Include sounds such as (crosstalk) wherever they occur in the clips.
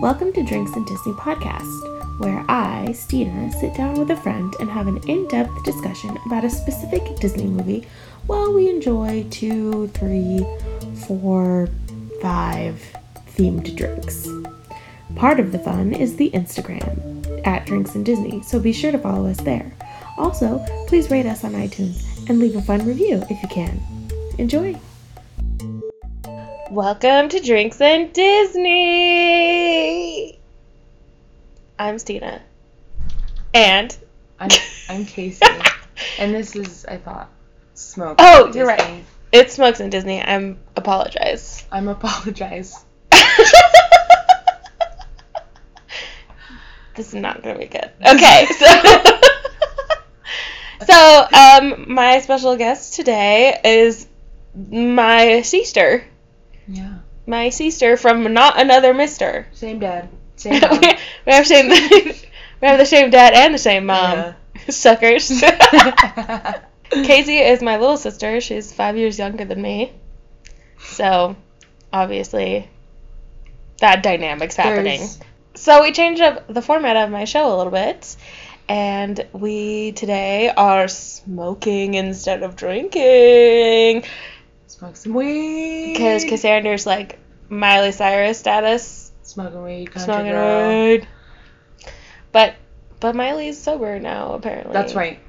Welcome to Drinks and Disney Podcast, where I, Stina, sit down with a friend and have an in depth discussion about a specific Disney movie while we enjoy two, three, four, five themed drinks. Part of the fun is the Instagram at Drinks and Disney, so be sure to follow us there. Also, please rate us on iTunes and leave a fun review if you can. Enjoy! Welcome to Drinks and Disney! I'm Stina. And. I'm, I'm (laughs) Casey, and this is, I thought, smoke. Oh, Disney. you're right. It's Smokes and Disney. I'm apologize. I'm (laughs) apologize. this is not gonna be good. Okay, so (laughs) so um, my special guest today is my sister, Yeah. my sister from not another Mister. Same dad. (laughs) we (laughs) Same mom. have same, we have the same dad and the same mom. (laughs) (laughs) Suckers. Yeah. Casey is my little sister. She's five years younger than me, so obviously that dynamic's happening. There's- So we changed up the format of my show a little bit, and we today are smoking instead of drinking Smoke some weed. because Cassandra's like Miley Cyrus status, Smoking weed, country smoking girl. rude. But but Miley's sober now apparently. That's (laughs) right.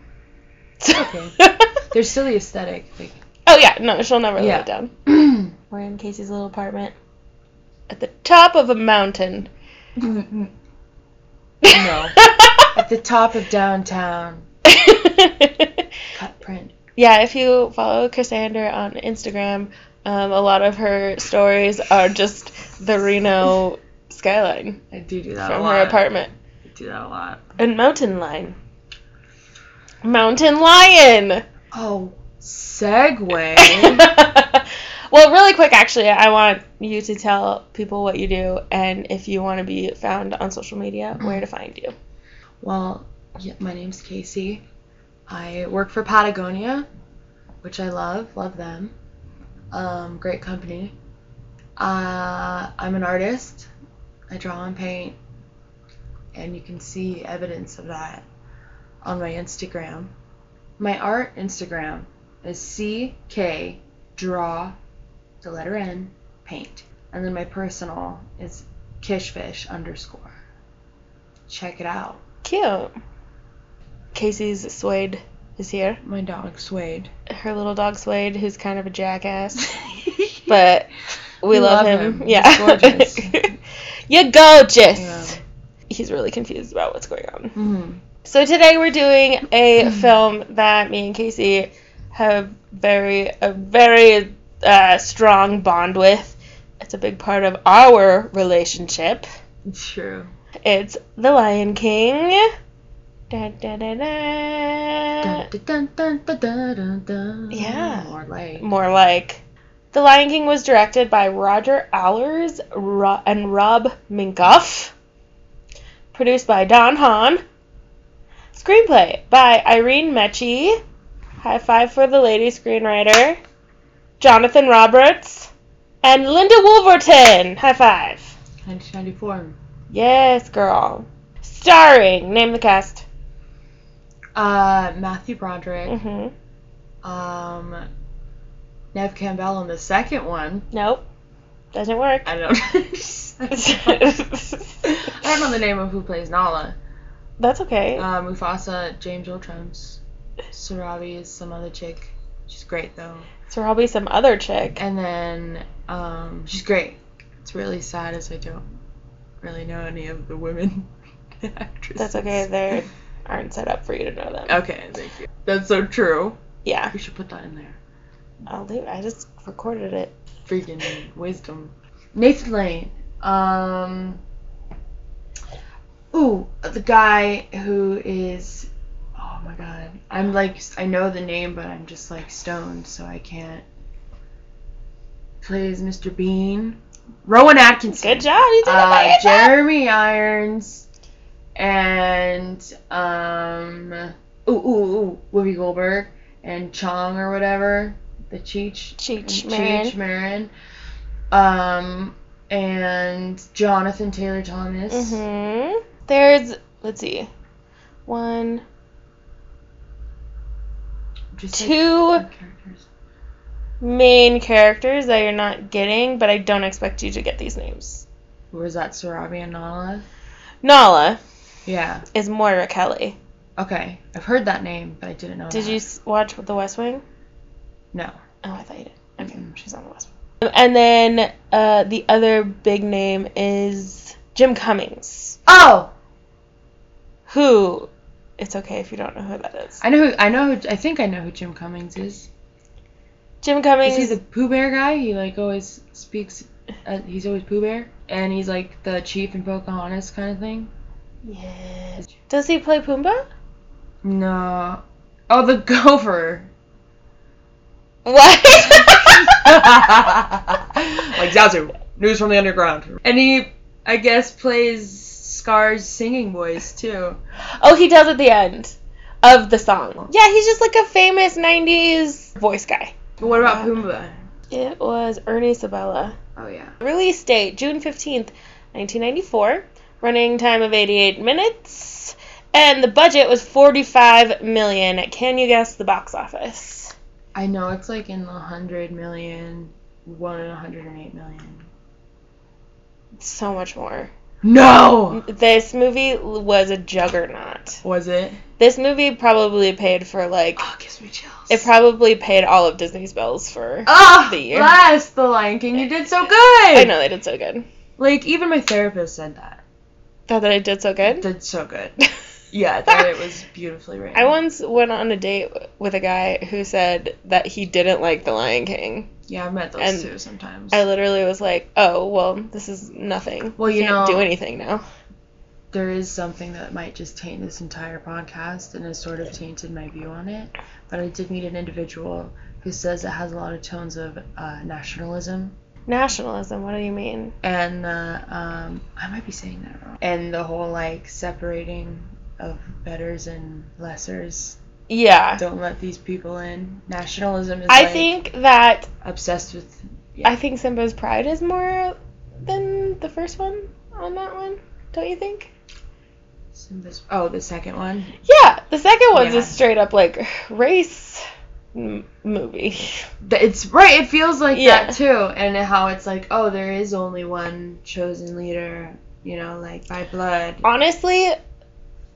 Okay. There's still the aesthetic. Like, oh yeah, no, she'll never let Yeah. it down. (clears throat) We're in Casey's little apartment at the top of a mountain. no. (laughs) (laughs) No. At the top of downtown. Cut print. yeah, if you follow Cassandra on Instagram, um, a lot of her stories are just the Reno skyline I do do that a from lot. her apartment I do that a lot. and mountain lion. Mountain lion. (laughs) Oh, segue. well, really quick, actually, I want you to tell people what you do and if you want to be found on social media, where to find you. Well, yeah, my name's Casey. I work for Patagonia, which I love. Love them. Um, great company. Uh, I'm an artist. I draw and paint, and you can see evidence of that on my Instagram. My art Instagram is CK Draw, the letter N, paint. And then my personal is Kishfish underscore. Check it out. Cute. Casey's Suede is here. My dog (laughs) swayed. Her little dog Suede, who's kind of a jackass, (laughs) but we, love, him. (laughs) Yeah, He's gorgeous. You're gorgeous. Yeah. He's really confused about what's going on. Mhm. So today we're doing (laughs) a film that me and Casey have very a very uh, strong bond with. It's a big part of our relationship. It's true. It's The Lion King. Da, da, da, da. Dun, dun, dun, dun, dun, dun, dun. Yeah. More like. More like The Lion King was directed by Roger Allers Ro- and Rob Minkoff. Produced by Don Hahn. Screenplay by Irene Mechie. High five for the lady screenwriter. Jonathan Roberts. And Linda Wolverton. High five. 1994. Yes, girl. Starring, name the cast. Uh, Matthew Broderick. hmm Um, Nev Campbell in the second one. Nope. Doesn't work. (laughs) I don't. (laughs) I don't know the name of who plays Nala. That's okay. Uh, Mufasa, James Earl Jones. Sarabi is some other chick. She's great though. So probably some other chick. And then um, she's great. It's really sad as I don't really know any of the women (laughs) actresses. That's okay. They aren't set up for you to know them. (laughs) Okay, thank you. That's so true. Yeah. We should put that in there. I'll leave. I just recorded it. Freaking wisdom. Nathan Lane. Um. Ooh, the guy who is. Oh my god. I'm like, I know the name, but I'm just like stoned, so I can't. Plays Mr. Bean. Rowan Atkinson. Good job. You did uh, it. Jeremy. Jeremy Irons and um ooh ooh ooh Whoopi Goldberg and Chong or whatever the Cheech Cheech and Marin. Cheech Marin um and Jonathan Taylor Thomas. Mm-hmm. There's let's see, one, Just Two- like, characters. main characters that you're not getting, but I don't expect you to get these names. Was that Sarabi and Nala? Nala Yeah. is Moira Kelly. Okay. I've heard that name, but I didn't know. Did that. you s- watch The West Wing? No. Oh, I thought you did. Okay, Mm-mm. she's on The West Wing. And then uh, the other big name is Jim Cummings, Oh, who it's okay if you don't know who that is. I know. Who, I know. Who, I think I know who Jim Cummings is. Jim Cummings. Is he the Pooh Bear guy? He like always speaks. Uh, he's always Pooh Bear, and he's like the chief in Pocahontas kind of thing. Yes. Does he play Pumbaa? No. Oh, the (laughs) gopher. What? like Zazu, news from the underground. And he, I guess, plays Scar's singing voice too. (laughs) Oh, he does at the end of the song. Yeah, he's just like a famous 90s voice guy. But what about Pumbaa? It was Ernie Sabella. Oh yeah. Release date June 15th, 1994. Running time of 88 minutes. And the budget was 45 million. Can you guess the box office? I know it's like in the hundred million, one in a hundred and eight million. So much more. No. This movie was a juggernaut. Was it? This movie probably paid for like Oh, gives me chills. it probably paid all of Disney's bills for Ah, the year. Les, The Lion King. You did so good. I know they did so good. Like even my therapist said that. Thought that I did so good. Did so good. (laughs) Yeah, I thought it was beautifully written. I once went on a date with a guy who said that he didn't like The Lion King. Yeah, I've met those and two sometimes. I literally was like, "Oh, well, this is nothing. Well, you can't know- do anything now." there is something that might just taint this entire podcast and has sort of tainted my view on it. But I did meet an individual who says it has a lot of tones of uh, nationalism. Nationalism. What do you mean? And uh, um, I might be saying that wrong. And the whole like separating of betters and lessers. Yeah, Don't let these people in. Nationalism is I like, think that obsessed with. I think Simba's pride is more than the first one on that one. Don't you think? Simba's, oh, the second one. Yeah, the second one's Yeah. a straight up like race m- movie. (laughs) Th- It's right. It feels like Yeah. that too, and how it's like, oh, there is only one chosen leader. You know, like by blood. Honestly,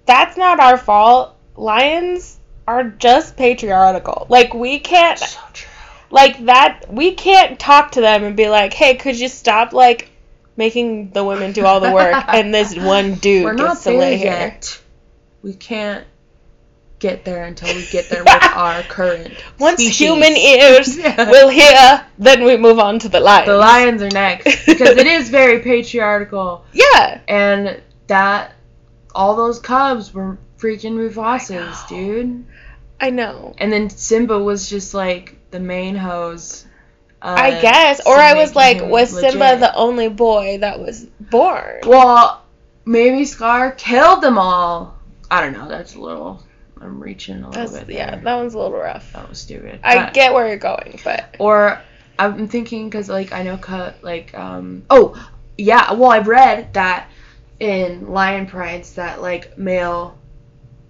that's not our fault. Lions are just patriarchal. Like we can't So true. like that we can't talk to them and be like, "Hey, could you stop like making the women do all the (laughs) work and this one dude We're not gets to there lay here?" yet. We can't get there until we get there (laughs) with our current. Once species. human (laughs) ears Yeah. will hear, then we move on to the lions. the lions are next because it is very patriarchal, Yeah. and that all those cubs were freaking Mufasas, I know. dude. I know. And then Simba was just like the main hose. uh, I guess. Or to I was make like, him was Simba legit. the only boy that was born? Well, maybe Scar killed them all. I don't know. That's a little. I'm reaching a little That's, bit. yeah, there. that one's a little rough. That was stupid. I Oh. But- get where you're going, but (laughs) Or I'm thinking because like I know cut like um oh yeah well I've read that in lion prides that like male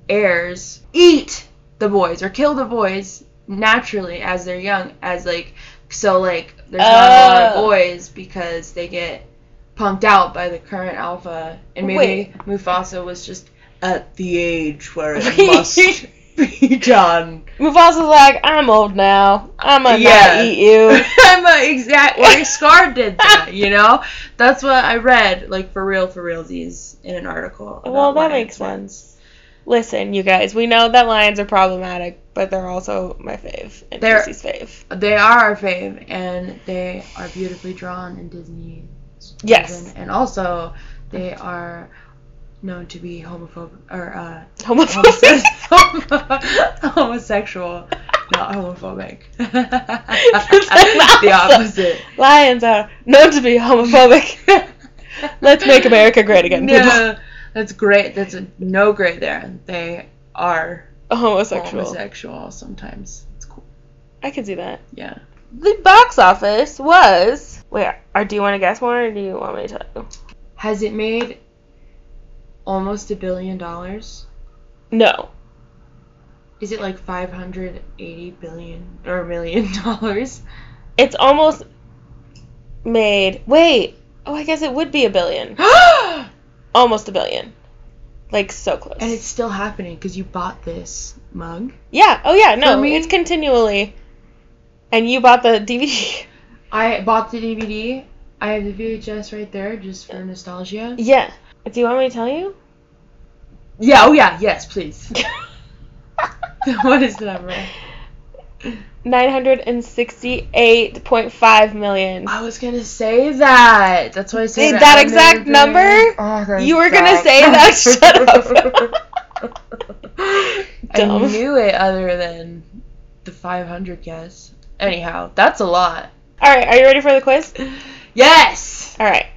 heirs eat the boys or kill the boys naturally as they're young as like so like there's not a lot of Oh. boys because they get punked out by the current alpha and maybe Wait. Mufasa was just at the age where (laughs) it must be done. Mufasa's like, I'm old now. I'm gonna Yeah. eat (laughs) you. (laughs) I'm a exact (laughs) like Scar did that, you know? That's what I read, like for real for realsies in an article. about Well, that lions makes once. sense. Listen, you guys, we know that lions are problematic, but they're also my fave and They're- Casey's fave. They are our fave and they are beautifully drawn in Disney. Yes. And also they are known to be homophobic or (laughs) uh Homophobic. homose- (laughs) homosexual, not homophobic. (laughs) the opposite. (laughs) lions are known to be homophobic. (laughs) Let's make America great again, (laughs) people. No, that's great. That's a no grade there. They are Homosexual. homosexual sometimes. It's cool. I could see that. Yeah. the box office was. Wait, or do you want to guess more, or do you want me to tell you? Has it made almost a billion dollars? No. Is it like 580 billion or million (laughs) (gasps) dollars? It's almost made. Wait. Oh, I guess it would be a billion. and Almost a billion. Like so close. it's still happening because you bought this mug. yeah. Oh yeah. No, For me- it's continually. And you bought the DVD. I bought the DVD. I have the VHS right there just for nostalgia. (laughs) yeah. Do you want me to tell (laughs) you? Yeah, oh yeah, yes, please. (laughs) what is the number? 968.5 million. I was gonna say that. That's why I said Say that exact number? You were gonna say that? Shut (laughs) up. (laughs) I Dumb. knew it other than the 500 guess. Anyhow, that's a lot. All right, are you ready for the quiz? Yes! All right.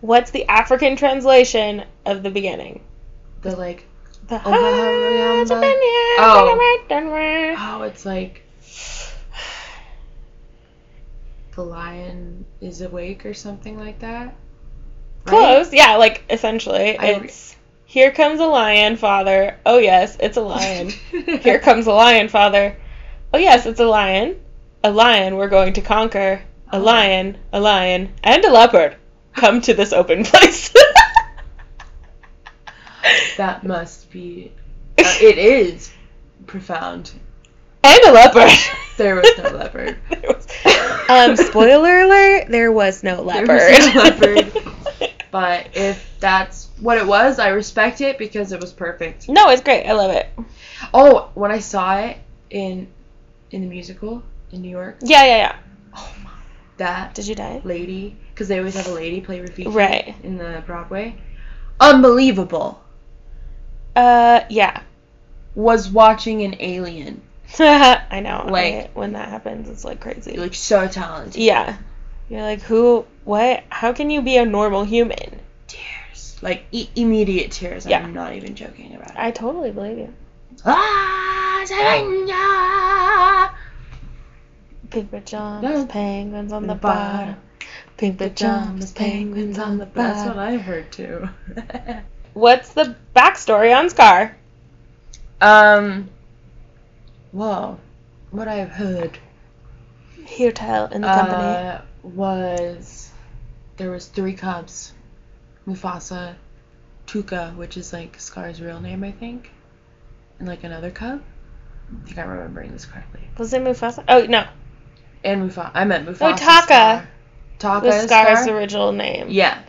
What's the African translation of the beginning? The like, The Oh, yeah, hearts yeah. of men- Oh. oh, it's like the lion is awake or something like that. Right? Close, yeah, like essentially. I- It's here comes a lion, father. Oh, yes, it's a (laughs) lion. Here comes a lion, father. Oh, yes, it's a lion. A lion we're going to conquer. A Oh. lion, a lion, and a leopard. Come to this (laughs) open (laughs) place. that must be. uh, it is profound. and a leopard. There was no leopard. (laughs) There was- um, spoiler alert, there was no leopard. was no leopard. But if that's what it was, I respect it because it was perfect. (laughs) no, it's great. I love it. Oh, when I saw it in in the musical in New York, Yeah, yeah, yeah. that Did you die? lady, because they always have a lady play Rafiki Right. in the Broadway, unbelievable. Uh, yeah. (laughs) Was watching an alien, I know. Like- I- when that happens, it's like crazy. like so talented. yeah. You're like, who, what, how can you be a normal human? Tears, like i- immediate tears. Yeah. I'm not even joking about it. I totally believe you. Ah, Savannah! Pink pajamas, No. penguins on the, The bottom. bottom. Pink pajamas, penguins on the That's bottom. what I heard too. (laughs) What's the backstory on Scar? um. Well, what I've heard Hear tell in the company. uh, was there was three cubs, Mufasa, Tuka, which is like Scar's real name, I think, and like another cub. I think I'm remembering this correctly. Was it Mufasa? Oh, no. And Mufasa, I meant Mufasa. Oh, Taka. Scar. Taka was is Scar's Scar? original name. Yeah,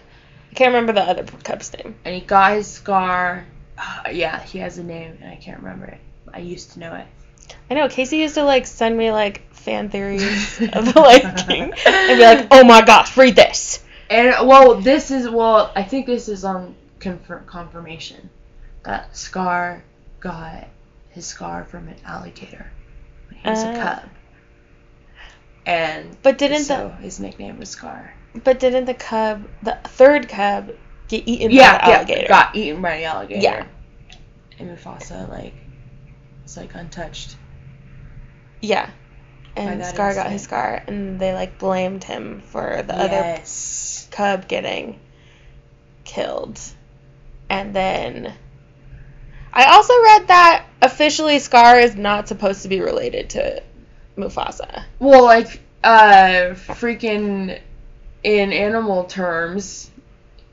I can't remember the other cub's name. and he got his scar. uh, yeah, he has a name, and I can't remember it. I used to know it. I know Casey used to like send me like fan theories (laughs) (laughs) of the Lion King and be like, "Oh my gosh, read this." And well, this is well, I think this is on confir- confirmation that Scar got his scar from an alligator when he was a Ah. cub. And But didn't so his nickname was Scar. the but didn't the cub, the third cub, get eaten by the alligator? got eaten by the alligator. Yeah. And Mufasa like was like untouched. Yeah. By And Oh, that Scar got incident. his scar, and they like blamed him for the other yes. cub getting killed. And then I also read that officially Scar is not supposed to be related to Mufasa. Well, like, uh, freaking in animal terms,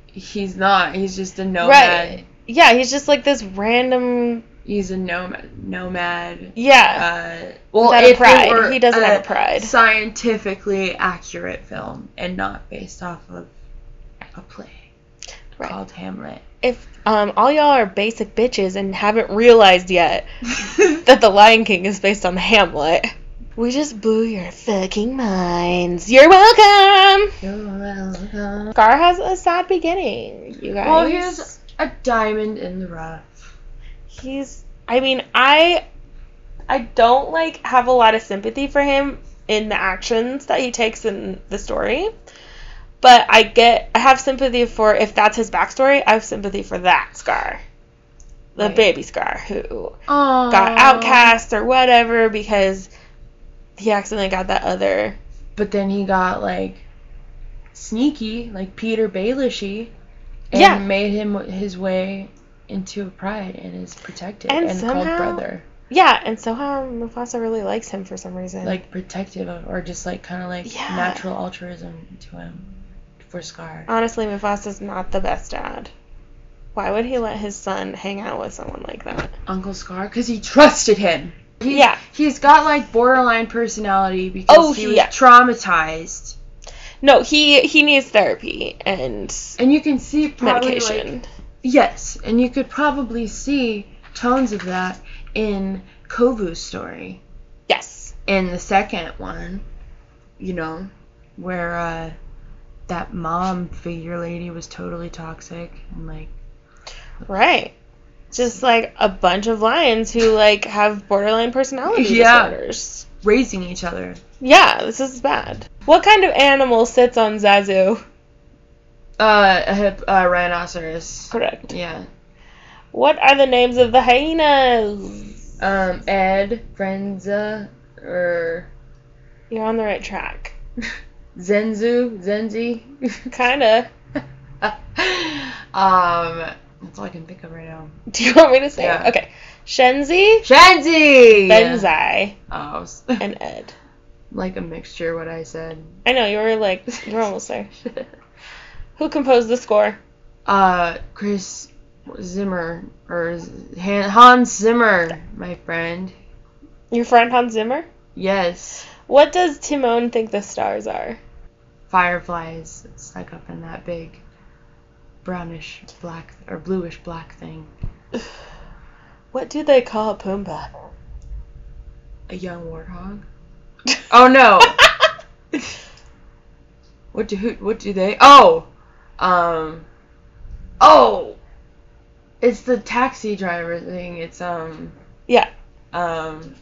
he's not. He's just a nomad. Right. Yeah, he's just like this random. He's a nomad. Nomad. Yeah. Uh, well, Without a if it pride. were He doesn't have a pride. Scientifically accurate film and not based off of a play Right. called (laughs) Hamlet. (laughs) If um, all y'all are basic bitches and haven't realized yet that The Lion King is based on Hamlet, we just blew your fucking minds. You're welcome. You're welcome. Scar has a sad beginning, you guys. Well, here's a diamond in the rough. he's. I mean, I, I don't like have a lot of sympathy for him in the actions that he takes in the story, but I get. I have sympathy for if that's his backstory. I have sympathy for that Scar, the Right. baby Scar who Oh. got outcast or whatever because he accidentally got that other. But then he got like sneaky, like Peter Baylishy, and Yeah. made him his way into Pride and is protected And and, somehow- called brother, Yeah, and somehow Mufasa really likes him for some reason. like protective of, or just like kind of like Yeah. natural altruism to him for Scar. honestly, Mufasa's not the best dad. Why would he let his son hang out with someone like that? Uncle Scar, because he trusted him. He, Yeah. he's got like borderline personality because Oh, he was yeah. traumatized, No, he he needs therapy and and you can see probably like, medication. Yes, and you could probably see tones of that in Kovu's story yes. in the second one, you know, where uh, that mom figure lady was totally toxic and like Right. Just like a bunch of lions who like have borderline personality Yeah. disorders. raising each other. Yeah, this is bad. What kind of animal sits on Zazu? Uh, a hip, uh, rhinoceros. Correct. Yeah. What are the names of the hyenas? Um, Ed, Frenza, er, or You're on the right track. (laughs) (laughs) Zenzu, Zenzi. (laughs) Kinda. (laughs) um, that's all I can think of right now. Do you want me to say? it? Yeah. Okay. Shenzi, Shenzi! Benzai, Oh, s- (laughs) and Ed. like a mixture what I said. (laughs) I know you were (laughs) like you're almost there. Who composed the score? uh, Chris Zimmer or Z- Han- Hans Zimmer, my friend. Your friend Hans Zimmer. Yes, What does Timon think the stars are? fireflies stuck up in that big brownish black or bluish black thing. (sighs) What do they call Pumbaa? (laughs) A young warthog. Oh no! (laughs) what do who, what do they? Oh, um, oh, it's the taxi driver thing. It's um (laughs) Yeah. um,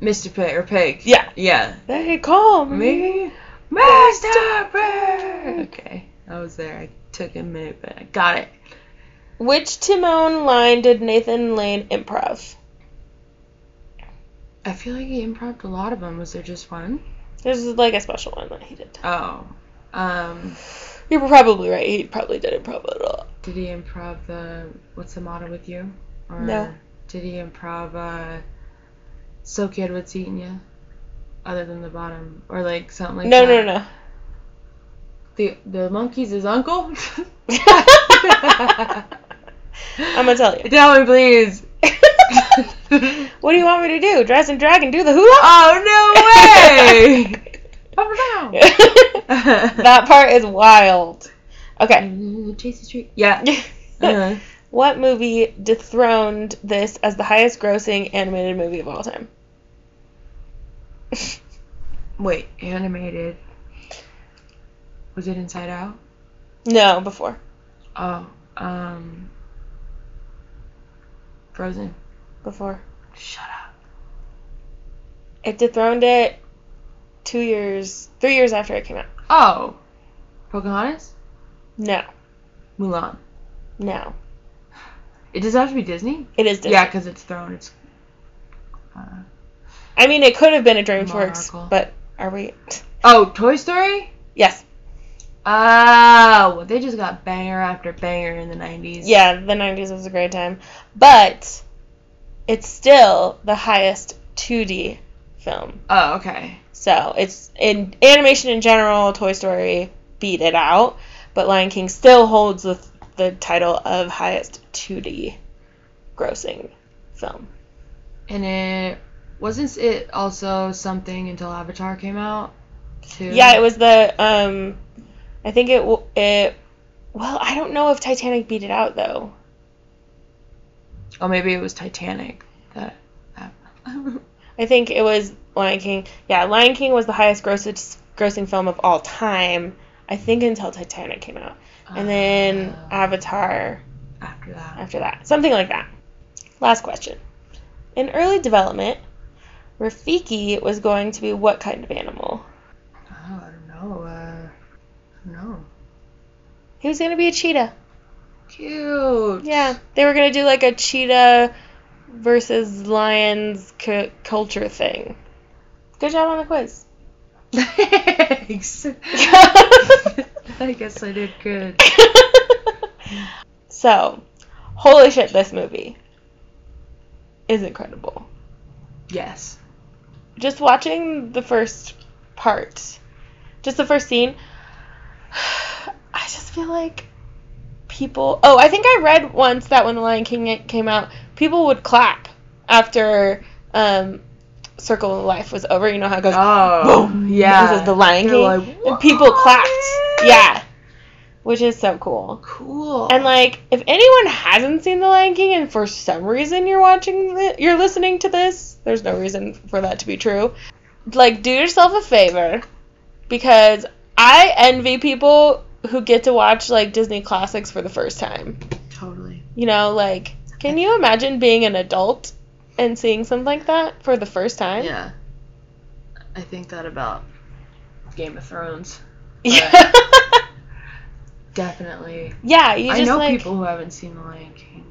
Mr. Pig or Pig. Yeah. Yeah. They call me. Me, Mr. Pig. Okay, I was there. I took a minute, but I got it. Which Timon line did Nathan Lane improv? I feel like he improvised a lot of them. Was there just one? There's like a special one that he did. Oh, um, You're probably right. He probably did improv at all. did he improv the What's the Matter with You? Or No. Did he improv uh, So Kid What's Eating Ya? Other than the bottom, or like something like No, that. no, no. The the monkey's his uncle. (laughs) I'm gonna tell you. Tell me, please. (laughs) what do you want me to do? Dress and drag and do the hula? Oh no way! Up or down? (laughs) (laughs) that part is wild. Okay. Chase the street. (laughs) Yeah. Uh, what movie dethroned this as the highest grossing animated movie of all time? (laughs) wait, animated. Was it Inside Out? no, before. Oh, um, Frozen. Before. Shut up. It dethroned it two years, three years after it came out. Oh, Pocahontas. No, Mulan. no. It does it have to be Disney. It is Disney. Yeah, because it's thrown. It's. Uh, I mean, it could have been a DreamWorks, Monarchal. but are we. oh, Toy Story. Yes. Oh, well, they just got banger after banger in the nineties. Yeah, the 90s was a great time. But it's still the highest 2D film. Oh, okay. So it's in animation in general. Toy Story beat it out, but Lion King still holds the the title of highest 2D grossing film. And it wasn't it also something until Avatar came out. Too? Yeah, it was the um, I think it w- it. Well, I don't know if Titanic beat it out though. Oh, maybe it was Titanic. That. that- I think it was Lion King. Yeah, Lion King was the highest grossed, grossing film of all time. I think until Titanic came out, (laughs) and then uh, Uh, Avatar. after that. after that. Something like that. Last question. In early development, Rafiki was going to be what kind of animal? Oh, I don't know. Uh, I don't know. He was going to be a cheetah. Cute. Yeah, they were going to do like a cheetah versus lions cu- culture thing. Good job on the quiz. (laughs) (laughs) Thanks. I guess I did good. (laughs) so, holy shit, this movie is incredible. Yes. Just watching the first part, just the first scene, (sighs) I just feel like people. Oh, I think I read once that when The Lion King came out, people would clap after um, Circle of Life was over. You know how it goes. Oh, boom. yeah. This is The Lion They're King. like, and people "What?" clapped. Yeah. Which is so cool. Cool. And like, if anyone hasn't seen The Lion King, and for some reason you're watching, thi- you're listening to this, there's no reason for that to be true. Like, do yourself a favor, because I envy people who get to watch like Disney classics for the first time. totally. You know, like, can you imagine being an adult and seeing something like that for the first time? (laughs) Yeah. I think that about Game of Thrones. Yeah. Definitely. yeah. You just I know like people who haven't seen The Lion King.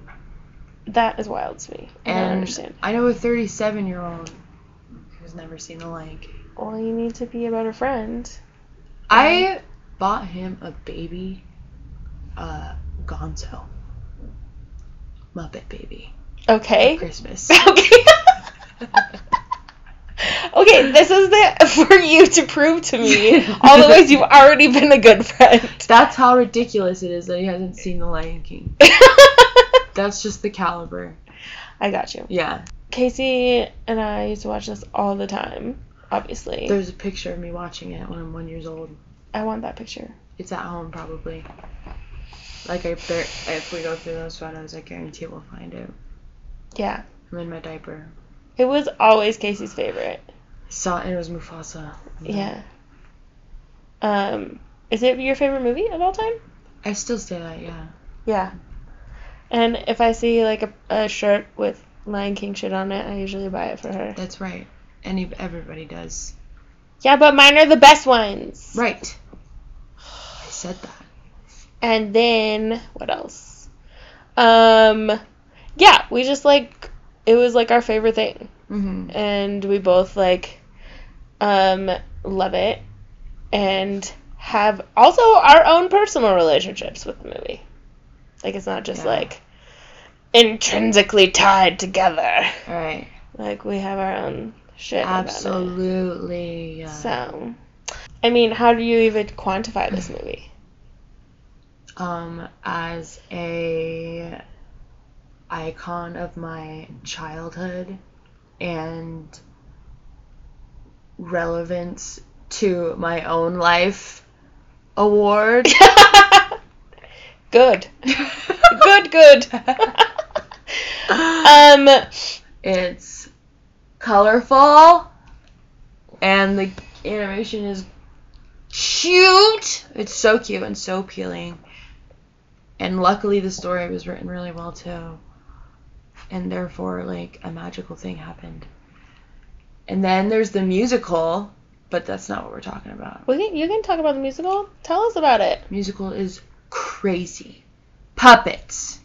that is wild to me. I don't And understand. I know a 37 year old who's never seen The Lion King. Well, you need to be a better friend. I bought him a baby uh, Gonzo. Muppet baby. Okay. For Christmas. (laughs) Okay. (laughs) okay, this is the for you to prove to me all the ways you've already been a good friend. (laughs) That's how ridiculous it is that he hasn't seen The Lion King. That's just the caliber. I got you. Yeah. Casey and I used to watch this all the time, obviously. There's a picture of me watching it when I'm one years old. I want that picture. It's at home probably. Like I bet if we go through those photos, I guarantee we'll find it. Yeah. I'm in my diaper. It was always Casey's favorite. Saw and it was Mufasa. Yeah. Um is it your favorite movie of all time? I still say that. Yeah. Yeah. And if I see like a, a shirt with Lion King shit on it, I usually buy it for her. That's right. Any everybody does. Yeah, but mine are the best ones. Right. (sighs) I said that. And then what else? Um yeah, we just like it was like our favorite thing Mm-hmm. and we both like um love it and have also our own personal relationships with the movie. Like it's not just Yeah. like intrinsically tied together. All right. Like we have our own shit about it. Absolutely. uh, Yeah. So I mean, how do you even quantify this movie? um, as a icon of my childhood and relevance to my own life award. Good. (laughs) (laughs) good, good. um, it's colorful and the animation is cute. It's so cute and so appealing. And luckily the story was written really well too. And therefore like a magical thing happened. And then there's the musical, but that's not what we're talking about. we can, you can talk about the musical. Tell us about it. Musical is crazy. Puppets.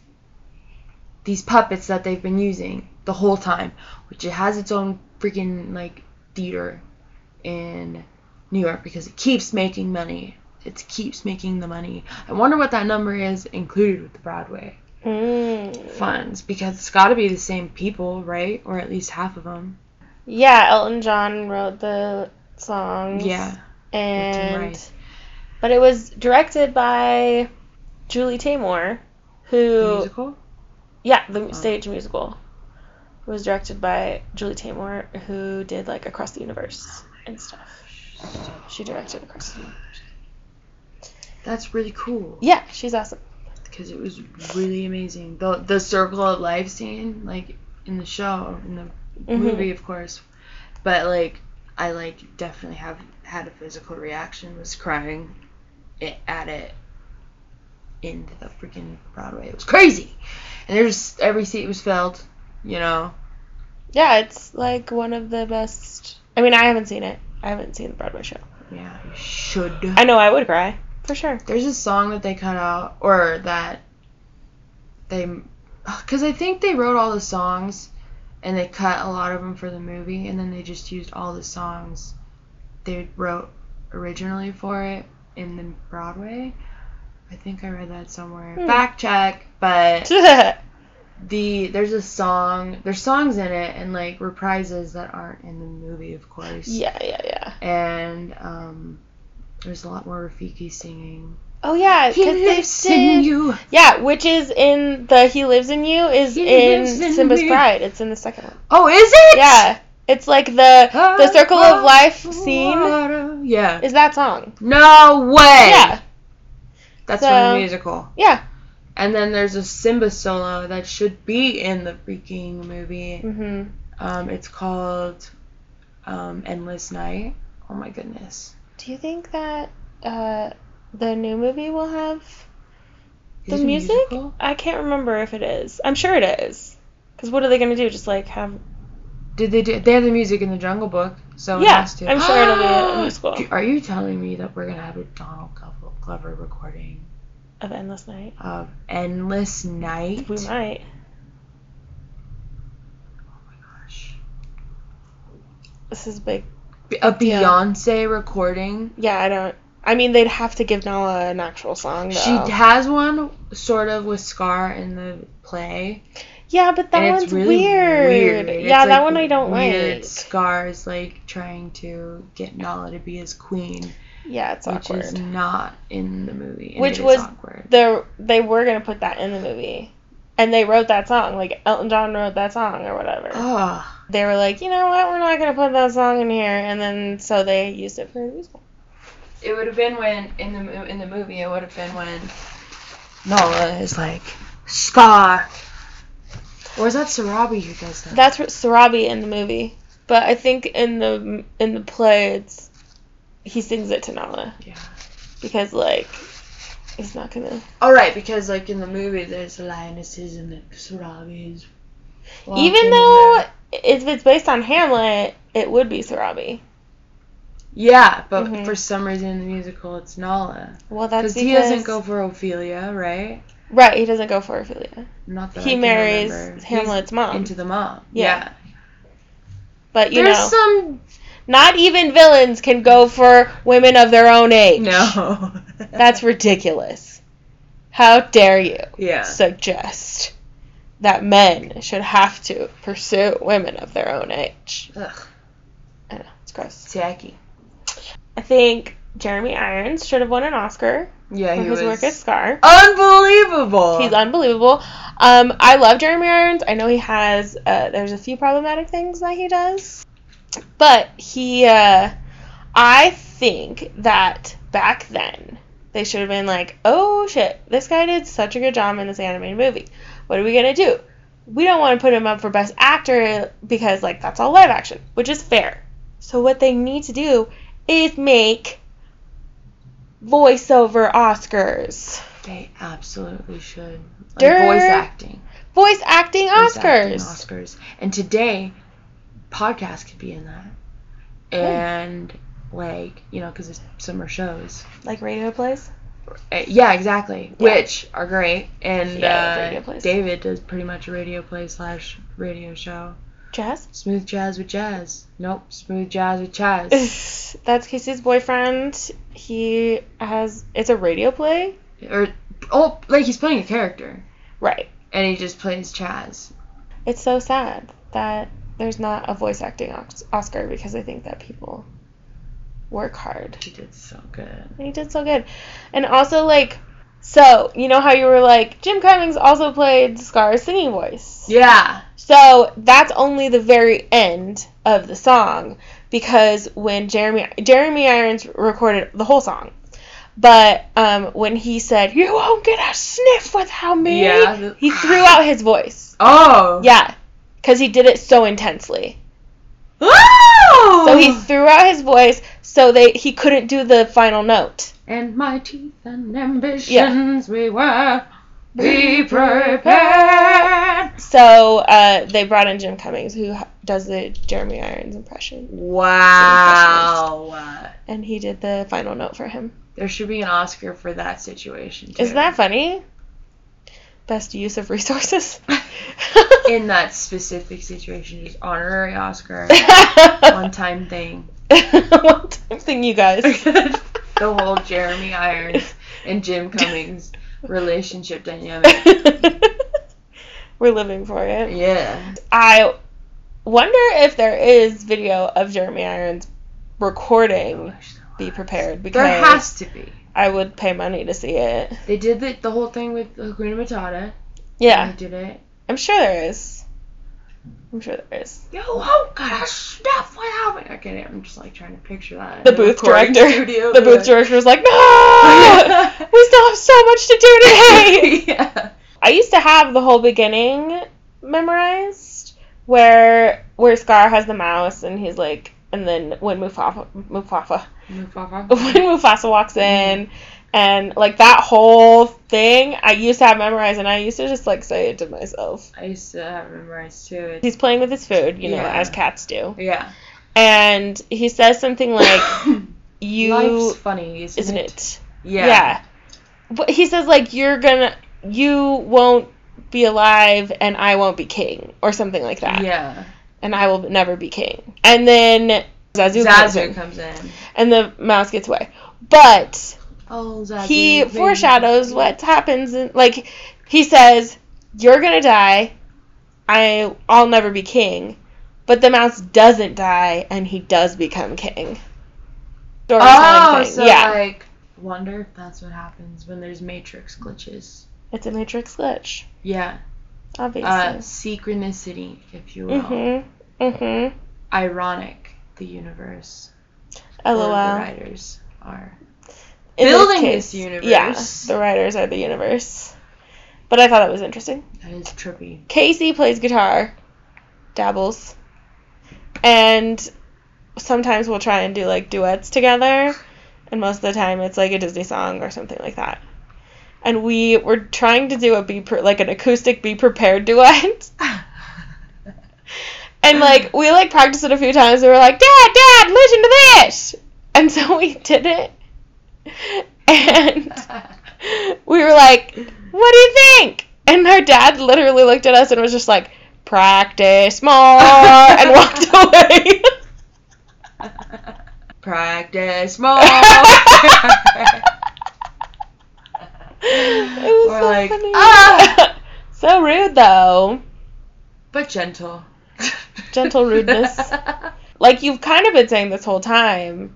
These puppets that they've been using the whole time, which it has its own freaking like theater in New York because it keeps making money. It keeps making the money. I wonder what that number is included with the Broadway Hmm. Mm. funds because it's got to be the same people, right? Or at least half of them. Yeah, Elton John wrote the songs. Yeah. and Rice. but it was directed by Julie Taymor, who The musical? Oh. yeah, the stage musical was directed by Julie Taymor, who did like Across the Universe and stuff. She directed Across the Universe. That's really cool. Yeah, she's awesome. because it was really amazing. The the circle of life scene, like in the show, in the Mhm. movie, of course, but like I like definitely have had a physical reaction. Was crying it, at it in the freaking Broadway. It was crazy, and there's every seat was filled. You know, Yeah, it's like one of the best. I mean, I haven't seen it. I haven't seen the Broadway show. yeah, you should. I know I would cry for sure. (laughs) There's a song that they cut out, or that they, because I think they wrote all the songs, and they cut a lot of them for the movie, and then they just used all the songs they wrote originally for it in the Broadway. I think I read that somewhere. Hmm. Fact check, but yeah. the there's a song, there's songs in it and like reprises that aren't in the movie, of course. Yeah. Yeah. And um, there's a lot more Rafiki singing. Oh yeah, because they sing did. you. Yeah, which is in the "He Lives in You" is He in lives in Simba's me. Pride. It's in the second one. Oh, is it? Yeah, it's like the the circle of life scene Yeah. is that song. No way. Yeah, That's So- from the musical. yeah. And then there's a Simba solo that should be in the freaking movie. hmm Um, it's called um, Endless Night. Oh my goodness. Do you think that uh, the new movie will have Is the it a music? musical? I can't remember if it is. I'm sure it is. Because what are they gonna do? Just like have? Did they do? They have the music in the Jungle Book, so it yeah, has to. I'm sure it'll (gasps) be a musical Do- Are you telling me that we're gonna have a Donald Glover- Glover recording of Endless Night. of Endless Night? We might. Oh Gosh. This is big. A Beyonce recording. Yeah, I don't. I mean, they'd have to give Nala an actual song though. She has one sort of with Scar in the play. yeah, but that and one's it's really weird. weird. Yeah, It's, that like, one I don't weird. like. Scar is like trying to get Nala to be his queen, Yeah, it's which awkward. is not in the movie. and Which it is was- awkward. They're, they were gonna put that in the movie, and they wrote that song. Like Elton John wrote that song or whatever. Ugh. They were like, you know what, we're not gonna put that song in here, and then so they used it for a musical. It would have been when in the mo- in the movie it would have been when Nala is like Scar. Or is that Sarabi who does that? That's what Sarabi in the movie, but I think in the in the play, it's he sings it to Nala yeah. because like he's not gonna. All right, because like in the movie there's lionesses and like Sarabi is. walking Even in though there. if it's based on Hamlet, it would be Sarabi. Yeah, but Mhm. for some reason in the musical it's Nala. Well, Because that's because he doesn't go for Ophelia, right? right. He doesn't go for Ophelia. Not that I He can marries remember. Hamlet's He's mom. into the mom. Yeah. but you There's know, some not even villains can go for women of their own age. no. (laughs) That's ridiculous. How dare you (laughs) yeah. suggest that men should have to pursue women of their own age? Ugh, I know, it's gross. tacky. I think Jeremy Irons should have won an Oscar Yeah, for he was his work as Scar. unbelievable. He's unbelievable. Um, I love Jeremy Irons. I know he has. Uh, there's a few problematic things that he does, but he. Uh, I think that back then they should have been like, "Oh shit, this guy did such a good job in this animated movie. What are we gonna do? We don't want to put him up for best actor because like that's all live action, which is fair. So what they need to do is make voiceover Oscars." they absolutely should. Like Durr. voice acting. Voice acting Voice acting Oscars. Oscars. And today, podcast could be in that. And like you know, because it's summer shows. like radio plays. Uh, yeah, exactly. Yeah. Which are great. And Yeah, radio uh, plays. David does pretty much a radio play slash radio show. Jazz. Smooth jazz with jazz. Nope, smooth jazz with (laughs) jazz. (laughs) That's Casey's boyfriend. He has it's a radio play, or oh, like he's playing a character, right? and he just plays Chaz. It's so sad that there's not a voice acting Ox- Oscar because I think that people work hard. He did so good. And he did so good, and also like, so you know how you were like Jim Cummings also played Scar's singing voice. Yeah. So that's only the very end of the song because when Jeremy Jeremy Irons recorded the whole song, but um, when he said "You won't get a sniff without me," Yeah, the- he threw out his voice. Oh. Yeah, because he did it so intensely. Oh. So (sighs) he threw out his voice so they he couldn't do the final note. and my teeth and ambitions we were. (laughs) Be prepared. So uh, they brought in Jim Cummings who h- does the Jeremy Irons impression, Wow. and he did the final note for him. There should be an Oscar for that situation. Too. Isn't that funny? best use of resources. in that specific situation, just honorary (laughs) Oscar, (laughs) One (laughs) one time thing. time thing, you guys. (laughs) the whole Jeremy Irons and Jim Cummings relationship dynamic. (laughs) We're living for it. Yeah. I wonder if there is video of Jeremy Irons recording Be Prepared because There has to be. I would pay money to see it. They did the, the whole thing with Hakuna Matata. Yeah, They did it. I'm sure there is. I'm sure there is. Yo, oh gosh, stuff, what happened? I can't, I'm just like trying to picture that. The in a booth recording director. studio, The they're booth like- director was like, no! We still have so much to do today! (laughs) (laughs) (laughs) yeah. I used to have the whole beginning memorized, where where Scar has the mouse and he's like, and then when Mufafa, Mufafa, (laughs) when Mufasa walks in, and like that whole thing, I used to have memorized, and I used to just like say it to myself. I used to have memorized too. It's- He's playing with his food, you know, Yeah. as cats do, Yeah. and he says something like, (coughs) (laughs) "You." Life's funny, isn't, isn't it? it? Yeah. But he says like you're gonna you won't be alive and I won't be king or something like that. Yeah. And I will never be king. And then Zazu, comes Zazu in, comes in. and the mouse gets away. But Oh, Zazu. he baby. foreshadows what happens and like he says you're going to die. I I'll never be king. But the mouse doesn't die and he does become king. Storytelling Oh, thing. so yeah. like, wonder if that's what happens when there's matrix glitches. it's a matrix glitch. Yeah. Obviously. Uh, synchronicity, if you will. Mhm. Mhm. Ironic, the universe. or LOL. The writers are. In building case, this universe. Yeah, the writers are the universe. But I thought that was interesting. That is (laughs) trippy. (laughs) Casey plays guitar, dabbles, and sometimes we'll try and do like duets together, and most of the time it's like a Disney song or something like that. And we were trying to do a be pre- like an acoustic be prepared duet. (laughs) And like we like practiced it a few times. We were like, Dad, Dad, listen to this. And so (laughs) we did it, and we were like, What do you think? And our dad literally looked at us and was just like, Practice (laughs) more, and walked away. (laughs) Practice more. it was We're so like, funny. (laughs) "Ah!" so rude though. but gentle. (laughs) Gentle rudeness. Like you've kind of been saying this whole time,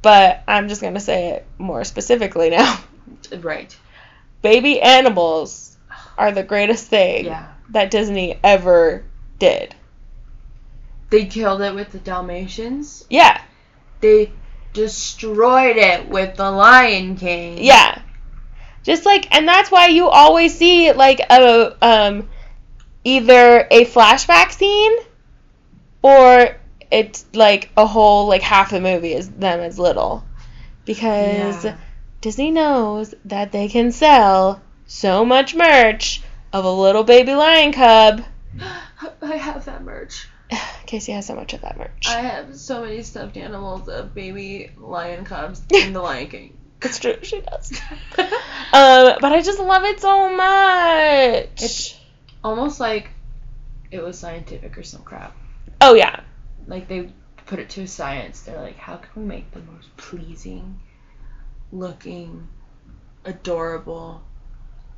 but I'm just gonna say it more specifically now. (laughs) right. baby animals are the greatest thing Yeah. that Disney ever did. They killed it with the Dalmatians. Yeah, They destroyed it with the Lion King. yeah. Just like, and that's why you always see like a um, either a flashback scene, or it's like a whole like half the movie is them as little, because Yeah. (gasps) Disney knows that they can sell so much merch of a little baby lion cub. (sighs) I have that merch. Casey has so much of that merch. I have so many stuffed animals of baby lion cubs in the Lion King. (laughs) It's true, she does. Um, but I just love it so much. It's- Almost like it was scientific or some crap. oh yeah, Like they put it to science. They're like, how can we make the most pleasing looking, adorable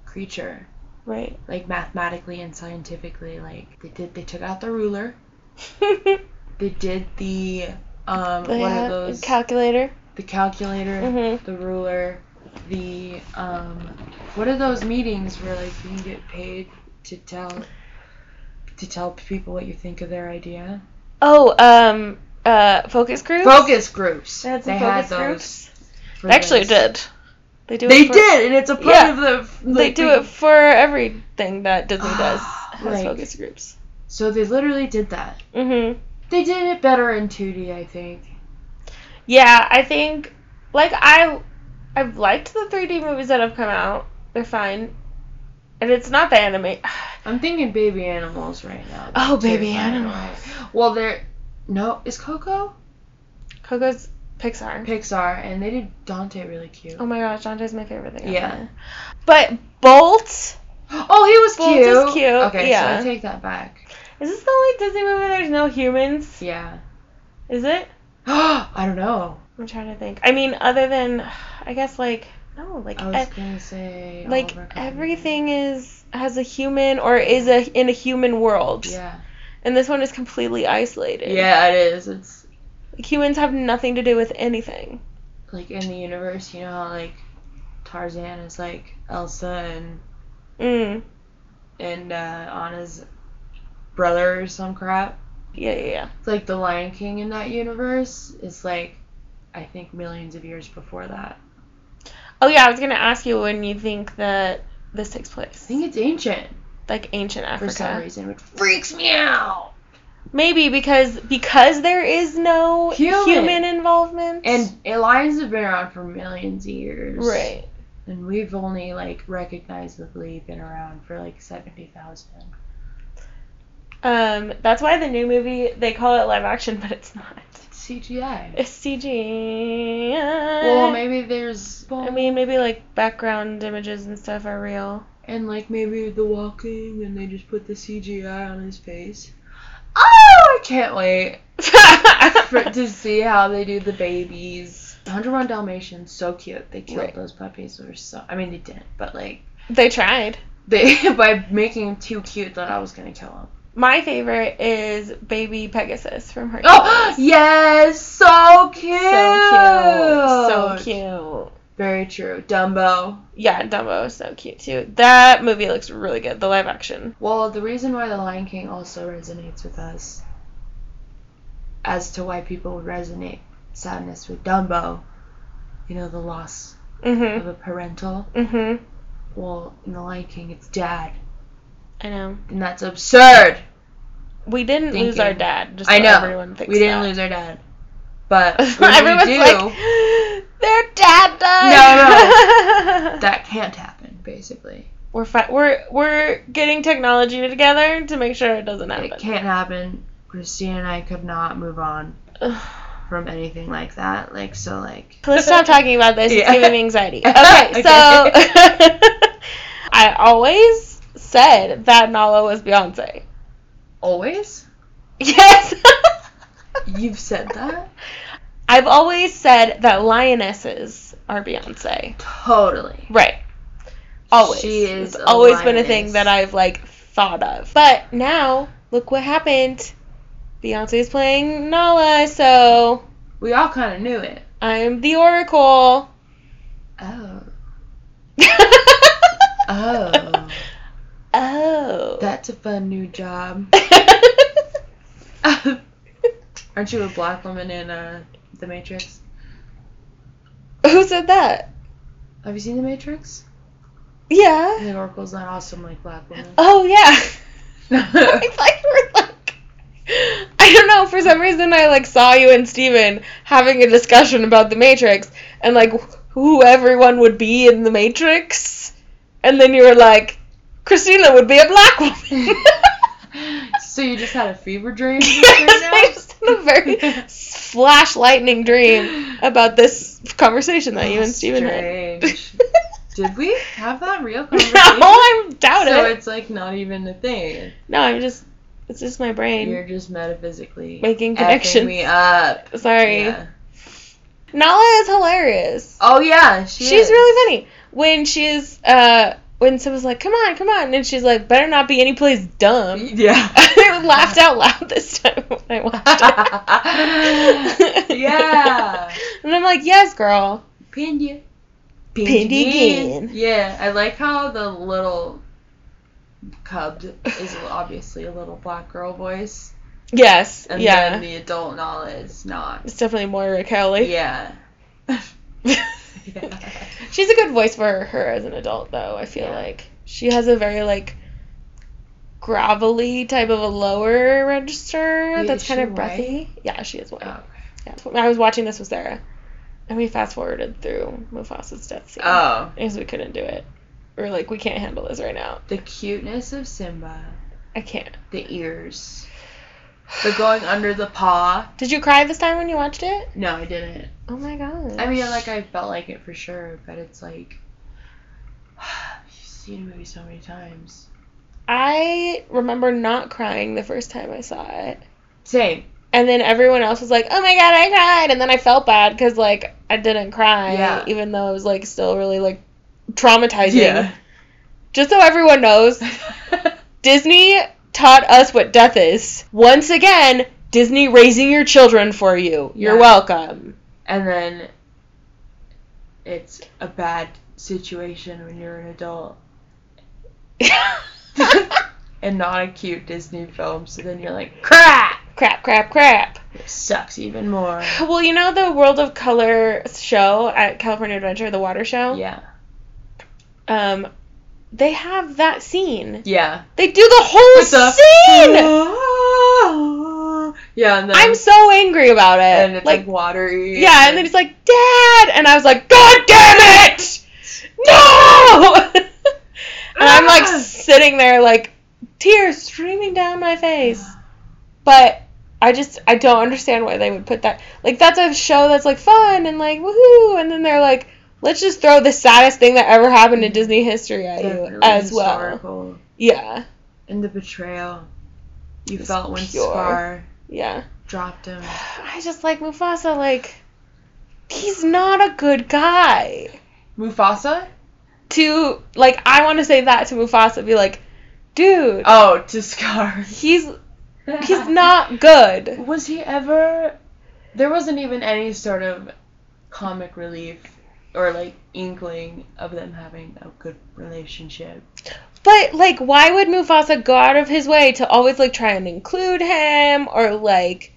creature? right. (laughs) Like mathematically and scientifically, like they did they took out the ruler. They did the um They one of have those a calculator. the calculator, Mhm. the ruler, the um what are those meetings where like you can get paid to tell to tell people what you think of their idea? Oh, um, uh, focus groups. Focus groups. They had some they had focus those. groups. for They actually this. did. They do. They it for, did, and it's a part Yeah. of the. They do it for everything that Disney Ah, does. Has Right. focus groups. So they literally did that. Mm-hmm. They did it better in 2D, I think. Yeah, I think like I I've liked the 3D movies that have come out. They're fine. And it's not the anime. (sighs) I'm thinking baby animals right now. Oh, baby Terrifying, animals. right? Well, they're no. Is Coco Coco's Pixar. Pixar, and they did Dante really cute. Oh my gosh, Dante's my favorite thing. Yeah. ever. But Bolt (gasps) Oh, he was Bolt cute. is cute, Okay, yeah. so I take that back. Is this the only Disney movie where there's no humans? Yeah. (gasps) Is it? I don't know. I'm trying to think. I mean, other than, I guess like no, like I was ev- gonna say like Oliver Cowdery. everything is has a human or is a in a human world. Yeah. And this one is completely isolated. Yeah, it is. It's Like, humans have nothing to do with anything. like in the universe, you know how like Tarzan is like Elsa and Mm. and uh, Anna's brother or some crap. Yeah, yeah, yeah. It's like the Lion King in that universe is like I think millions of years before that. Oh yeah, I was gonna ask you when you think that this takes I place, think it's ancient like ancient for some Africa. reason, which freaks me out. Maybe because because there is no Human. human, involvement. And, and lions have been around for millions of years. right. And we've only like recognizably been around for like seventy thousand. Um, that's why the new movie they call it live action, (laughs) but it's not. CGI. It's CG. Well, maybe there's. I mean, maybe like background images and stuff (laughs) are real. and like maybe the walking, and they just put the CGI on his face. Oh, I can't wait for, to see how they do the babies. 101 Dalmatians, so cute. They killed Right. those puppies. They were so. I mean, they didn't, but like they tried. they (laughs) by making them too cute, thought I was gonna kill them. My favorite is Baby Pegasus from Hercules. Oh yes, so cute. (gasps) So cute. So cute. Very true. Dumbo. Yeah, Dumbo is so cute too. That movie looks really good. The live action. Well, the reason why The Lion King also resonates with us, as to why people would resonate sadness with Dumbo, you know, the loss of Mhm. a parental. Mhm. Well, in The Lion King, it's dad, I know. and that's absurd. We didn't Thank lose you. our dad. Just I so know. everyone thinks we didn't that. lose our dad, (laughs) but when Everyone's we do, like, their dad died. No, that can't happen. Basically, (laughs) we're fi- we're we're getting technology together to make sure it doesn't happen. it can't happen. Christine and I could not move on Ugh. from anything like that. Like so, like (laughs) Let's stop talking about this. It's Yeah. giving (laughs) me anxiety. Okay, Okay. so (laughs) I always said that Nala was Beyonce. always. Yes. You've said that? (laughs) I've always said that lionesses are Beyonce. Totally. Right. Always. She is it's a always been a thing lioness. that I've like thought of. But now, look what happened. Beyonce's playing Nala, so We all kind of knew it. I'm the Oracle. (laughs) Oh. oh. Oh. Oh. That's a fun new (laughs) job. Aren't you a black woman in uh, The Matrix? (laughs) Who said that? Have you seen The Matrix? I Yeah. think Oracle's not awesome like black (laughs) women. Oh yeah. (laughs) it's like we're like I don't know, for some reason I like saw you and Steven having a discussion about the Matrix and like wh- who everyone would be in the Matrix and then you were like Christina would be a black (laughs) woman. so you just had a fever (laughs) dream? (laughs) Yes, I right just had a very flash lightning dream about this conversation that you and Steven had. (laughs) Strange. Did (laughs) we have that real conversation? no, I'm doubt so it. it's like not even a thing. No, I'm just it's just my brain. You're just metaphysically Making effing connections. me up. Sorry. Yeah. Nala is hilarious. Oh yeah, she she's is. (laughs) really funny. When she's uh when someone's like, Come on, come on and she's like, Better not be any place (laughs) dumb (laughs) Yeah. I laughed out loud this time (laughs) when I watched (laughs) it. Yeah. (laughs) And I'm like, Yes, girl. Pinned you. Pinned you again. Yeah, I like how the little cub (laughs) is obviously a little black girl voice, Yes. and yeah. then the adult Nala is not. it's definitely Moira Kelly. Yeah. (laughs) She's a good voice for her as an adult, though. I feel Yeah. like she has a very like gravelly type of a lower register Wait, that's is kind she of white? breathy. Yeah, she is white. Oh. Yeah. I was watching this with Sarah, and we fast forwarded through Mufasa's death scene oh, because we couldn't do it. We are like, we can't handle this right now. the cuteness of Simba, I can't. the ears, the (sighs) going under the paw. Did you cry this time when you watched it? No, I didn't. Oh my (sighs) god. I mean, like I felt like it for sure, but it's like seen a movie so many times. I remember not crying the first time I saw it. Same. And then everyone else was like, "Oh my god, I cried." And then I felt bad cuz like I didn't cry Yeah. even though I was like still really like traumatizing. Yeah. Just so everyone knows, Disney taught us what death is. Once again, Disney raising your children for you. You're Yeah. welcome. (laughs) and then it's a bad situation when you're an adult and not a cute Disney film. So then you're like, crap! crap, crap, crap. It sucks even more. Well, you know the World of Color show at California Adventure, the water show? Yeah. Um they have that scene. Yeah. They do the whole With the- scene. (laughs) Yeah, and then I'm so angry about it. and it's like, like, watery. yeah, and then he's like, "Dad," and I was like, "God damn it, no!" (laughs) and I'm like Ah! sitting there, like tears streaming down my face. But I just I don't understand why they would put that. Like that's a show that's like fun and like woohoo, and then they're like, "Let's just throw the saddest thing that ever happened in Disney history at you Definitely as well." historical. Yeah, And the betrayal you It's felt when pure. Scar yeah. (sighs) dropped him. I just like Mufasa. Like he's not a good guy. Mufasa? to like I want to say that to Mufasa be like, dude, Oh, to Scar. he's (laughs) he's not good. Was he ever? There wasn't even any sort of comic relief or like inkling of them having a good relationship. But like why would Mufasa go out of his way to always like try and include him or like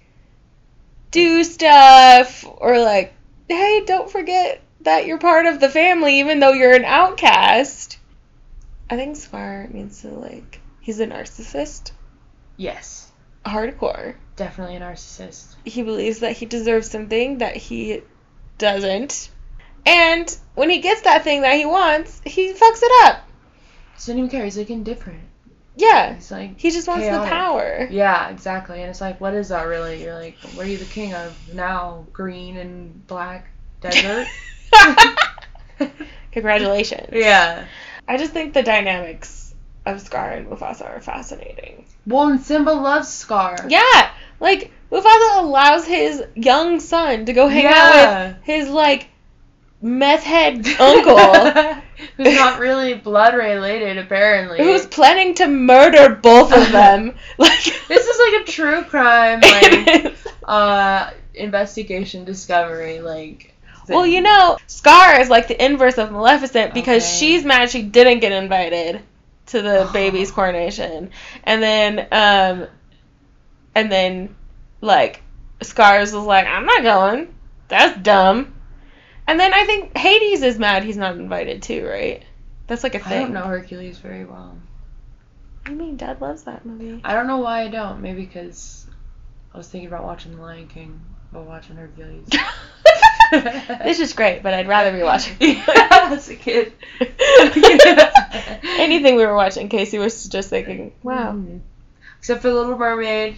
do stuff or like hey, don't forget that you're part of the family even though you're an outcast. I think Scar means to like he's a narcissist, Yes, hardcore. definitely a narcissist. he believes that he deserves something that he doesn't. And when he gets that thing that he wants, he fucks it up. Doesn't even care. He's like indifferent. Yeah. He's like He just wants Chaotic. the power. yeah, exactly. And it's like, what is that really? You're like, what are you the king of now? Green and black (laughs) desert. (laughs) Congratulations. yeah. I just think the dynamics of Scar and Mufasa are fascinating. Well, and Simba loves Scar. Yeah. Like Mufasa allows his young son to go hang out Yeah. with his like meth head (laughs) uncle who's not really blood related apparently. who's planning to murder both (laughs) of them. Like (laughs) This is like a true crime, like it is. uh, investigation discovery, like. thing. Well, you know, Scar is like the inverse of Maleficent because Okay. she's mad she didn't get invited to (gasps) the baby's coronation. And then um and then like Scar's was like, I'm not going. That's dumb. And then I think Hades is mad he's not invited too, right? That's like a thing. I don't know Hercules very well. I mean, Dad loves (laughs) that movie. I don't know why I don't. Maybe because I was thinking about watching The Lion King, but watching Hercules. (laughs) (laughs) this is great, but I'd rather (laughs) be watching As a kid. (laughs) anything we were watching. Casey was just thinking, wow. Mm. Except for Little Mermaid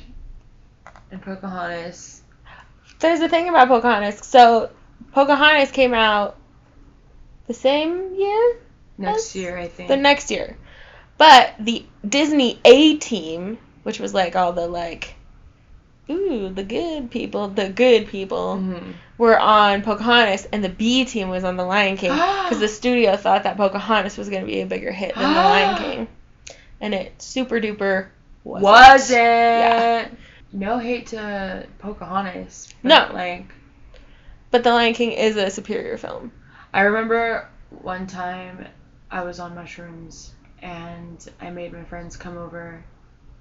and Pocahontas. there's the thing about Pocahontas. So Pocahontas came out the same year, Next That's year, I think. the next year, but the Disney A Team, which was like all the like, ooh, the good people, the good people (gasps) Mhm. were on Pocahontas, and the B Team was on The Lion (gasps) King because the studio thought that Pocahontas was gonna be a bigger hit than The (gasps) Lion King, and it super duper wasn't. Was it? Yeah. No hate to Pocahontas. but, No. Like, But The Lion King is a superior film. I remember one time I was on mushrooms and I made my friends come over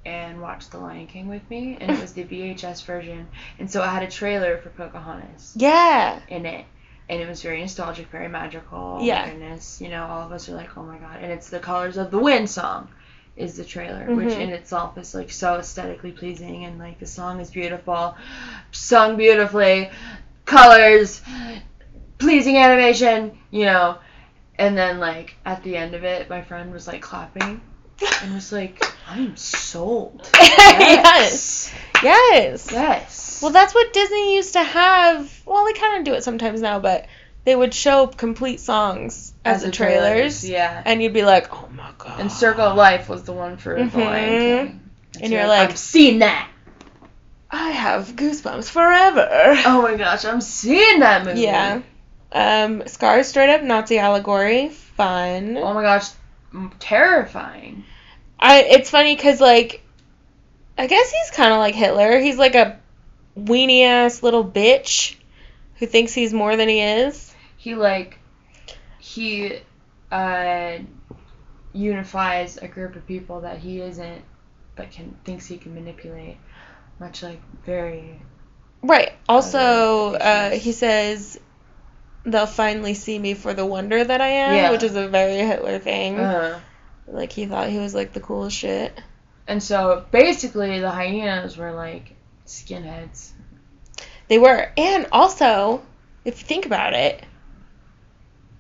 and watch The Lion King with me, and it was the VHS version. And so I had a trailer for Pocahontas Yeah. in it. And it was very nostalgic, very magical. Yeah. Oh my goodness. You know, all of us are like, oh my god. And it's the Colors of the Wind song is the trailer, which Mhm. in itself is like so aesthetically pleasing and like the song is beautiful, sung beautifully, colors, pleasing animation, you know. And then like at the end of it, my friend was like clapping and was like, I'm sold. (laughs) (laughs) Yes. Yes. Yes. Well, that's what Disney used to have. Well, they kind of do it sometimes now, but they would show complete songs as, the trailers, Yeah. and you'd be like, oh my god. And Circle of Life was the one for The Lion Mhm. King. And you're like- I'm seeing that. I have goosebumps forever. Oh my gosh, I'm seeing that movie. (laughs) Yeah. Um, Scar straight up Nazi allegory. Fun. Oh my gosh, m- terrifying. I it's funny because like, I guess he's kind of like Hitler. He's like a weenie ass little bitch who thinks he's more than he is. He like he uh unifies a group of people that he isn't but can thinks he can manipulate. Much like very Right. Also, uh, Other he says they'll finally see me for the wonder that I am, Yeah. which is a very Hitler thing. uh Like he thought he was like the coolest shit. and so basically the hyenas were like skinheads. They were. And also, if you think about it,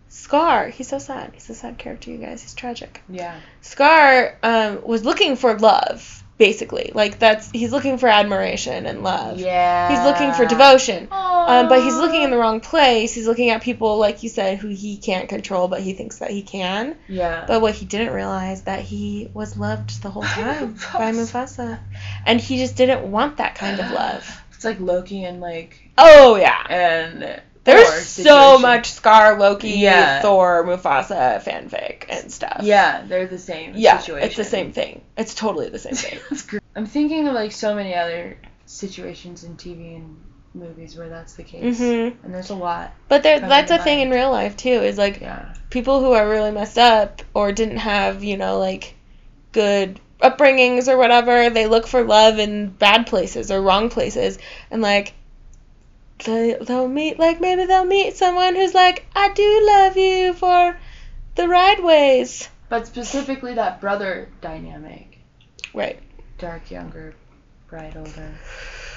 Scar, he's so sad. He's a sad character, you guys. He's tragic. Yeah. Scar um, was looking for love, basically. Like, that's, he's looking for admiration and love. Yeah. He's looking for devotion. Um, but he's looking in the. the wrong place. He's looking at people, like you said, who he can't control, but he thinks that he can. Yeah. But what he didn't realize that he was loved (laughs) the whole By time by Mufasa. Mufasa, and he just didn't want that kind of love. (sighs) It's like Loki and like (gasps) Oh yeah, and There's Thor so situation. much Scar, Loki, Yeah. Thor, Mufasa fanfic and stuff. Yeah, they're the same. Yeah, situation. it's the same thing. It's totally the same (laughs) thing. (laughs) It's gr- I'm thinking of like so many other situations in TV and movies where that's the case, Mhm. and there's a lot. But there, Friend that's a of thing in mine. real life too. Is like Yeah. people who are really messed up or didn't have, you know, like good upbringings or whatever, they look for love in bad places or wrong places, and like they, they'll meet, like maybe they'll meet someone who's like, I do love you for the right ways. But specifically that brother dynamic, Right. dark younger, bright older.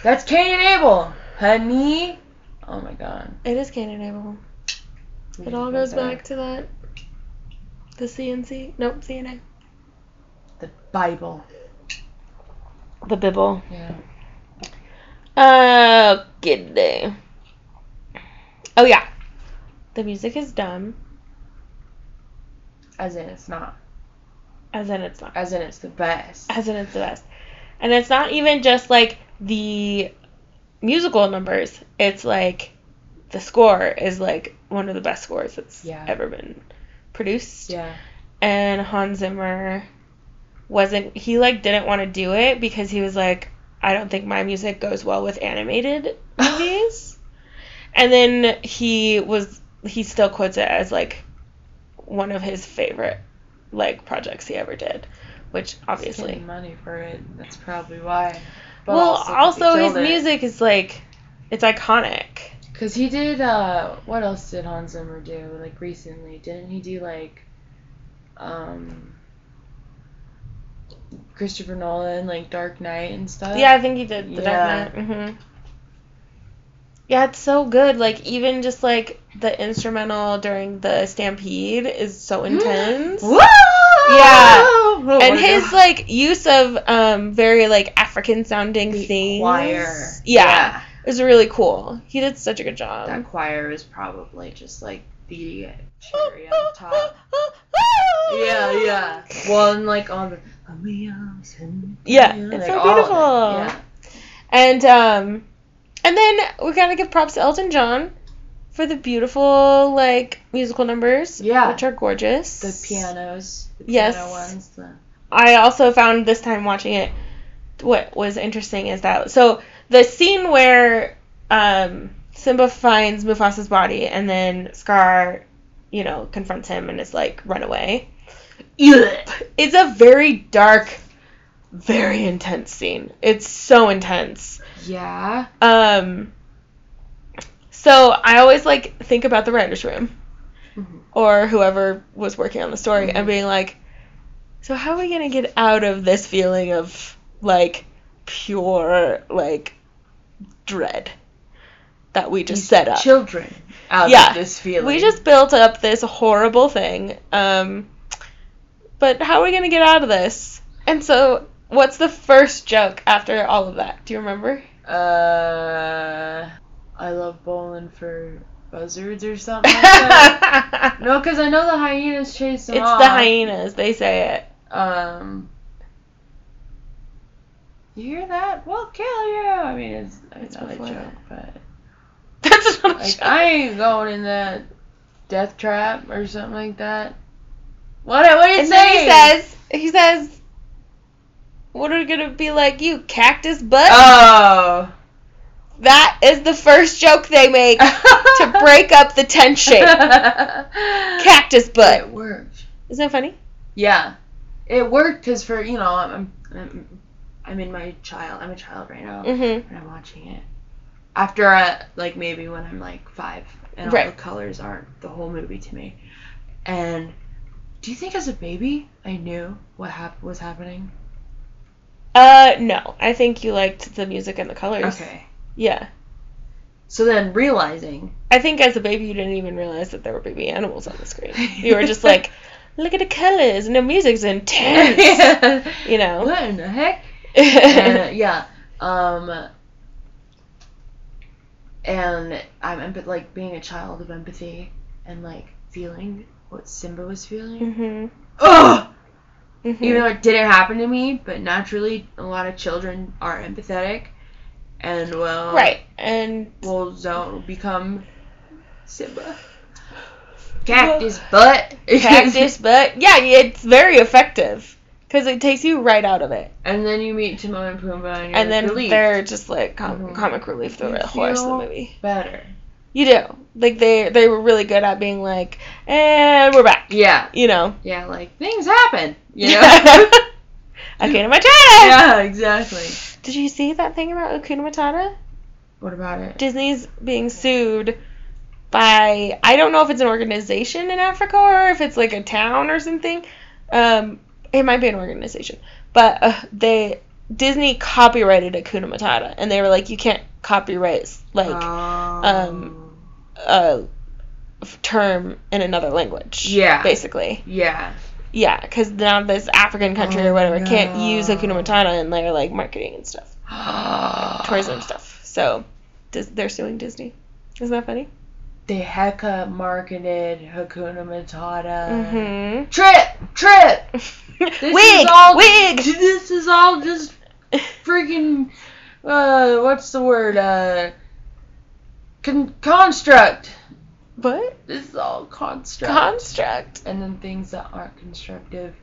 That's Cain and Abel, honey. Oh my God. It is Cain and Abel. We It should all go goes there. back to that. The CNC. Nope, CNA. the Bible. The Bibble. Yeah. Oh, day. Oh, yeah. The music is dumb, As in it's not. as in it's not. As in it's the best. As in it's the best. And it's not even just like the musical numbers, it's like the score is like one of the best scores that's Yeah. ever been produced. Yeah. and Hans Zimmer wasn't he like didn't want to do it because he was like I don't think my music goes well with animated movies. and then he was he still quotes it as like one of his favorite like projects he ever did, which He's obviously getting money for it. That's probably why. well, also his music is like it's iconic. Because he did, uh, what else did Hans Zimmer do, like, recently? Didn't he do, like, um, Christopher Nolan, like, Dark Knight and stuff? Yeah, I think he did the (gasps) Yeah. Dark Knight. hmm Yeah, it's so good. Like even just like the instrumental during the stampede is (gasps) so intense. Whoa! Yeah. Oh and my his God. like use of um very like African sounding The things. choir. Yeah, It was really cool. He did such a good job. (laughs) That choir is probably just, like, the cherry on (laughs) top. Yeah, yeah. Well, and, like, on the. Yeah, it's so all of it. beautiful. Yeah. And um and then we gotta give props to Elton John for the beautiful like musical numbers. Yeah. Which are gorgeous. The pianos, the Yes. piano ones. The, I also found this time watching it what was interesting is that so the scene where um Simba finds Mufasa's body and then Scar, you know, confronts him and is like, run away. It's a very dark, very intense scene. It's so intense. yeah. Um, so I always like think about the writers' room Mhm. or whoever was working on the story Mhm. and being like, so how are we gonna get out of this feeling of like pure like dread that we just set up? Children out Yeah. of this feeling. We just built up this horrible thing. Um, but how are we gonna get out of this? And so, what's the first joke after all of that? Do you remember? Uh, I love bowling for buzzards or something. Like (laughs) that. no, because I know the hyenas chase them it's off. the hyenas. They say it. (laughs) Um, you hear that? We'll kill you. I mean, it's, It's it's not a before joke, that. but That's (laughs) not a like joke. I ain't going in that death trap or something like that. What? What did it and then say? he says, he says, what are we gonna be like you cactus butt? "Oh, that is the first joke they make (laughs) to (laughs) break up the (laughs) tension. cat cactus butt. It worked. Isn't that funny? Yeah, it worked because for you know I'm, I'm I'm in my child. I'm a child right now, Mm-hmm. and I'm watching it after uh, like maybe when I'm like five, and all Right. the colors aren't the whole movie to me. And do you think as a baby I knew what hap- was happening? Uh, no. I think you liked the music and the colors. Okay. Yeah. So then realizing I think as a baby you didn't even realize that there were baby animals on the screen. You were just (laughs) like, look at the colors and the music's (laughs) intense. (laughs) You know. what in the heck? yeah. and, (laughs) yeah. Um, and I'm empath- like being a child of empathy and like feeling what Simba was feeling. Mhm. Ugh! Mhm. Even though it didn't happen to me, but naturally, a lot of children are empathetic, and will right. And will zone become Simba. Cactus butt. (laughs) cactus but yeah it's very effective because it takes you right out of it and then you meet Timon and Pumbaa, and, you're and then relieved. they're just like com- Mhm. comic relief the You horse of the feel- movie better. you do like they they were really good at being like and we're back Yeah, you know yeah. Like things happen. You know. (laughs) i (laughs) Akuna Matata (laughs) yeah, exactly. did you see that thing about Akuna Matata What about it? Disney's being sued by I don't know if it's an organization in Africa or if it's like a town or something. Um, it might be an organization, but uh, they Disney copyrighted Akuna Matata, and they were like, you can't copyright like Oh. um, a f- term in another language. Yeah. basically. yeah. (gasps) Yeah, because now this African country or Oh, whatever can't no. use Akuna Matata in their like marketing and stuff, tourism stuff. So dis- they're suing Disney. Isn't that funny? They hecka marketed Hakuna Matata. hmm Trip, trip. This wig, is all, wig. This is all just freaking. Uh, what's the word? Uh, con- construct. (laughs) What This is all construct. construct? and then things that aren't constructive,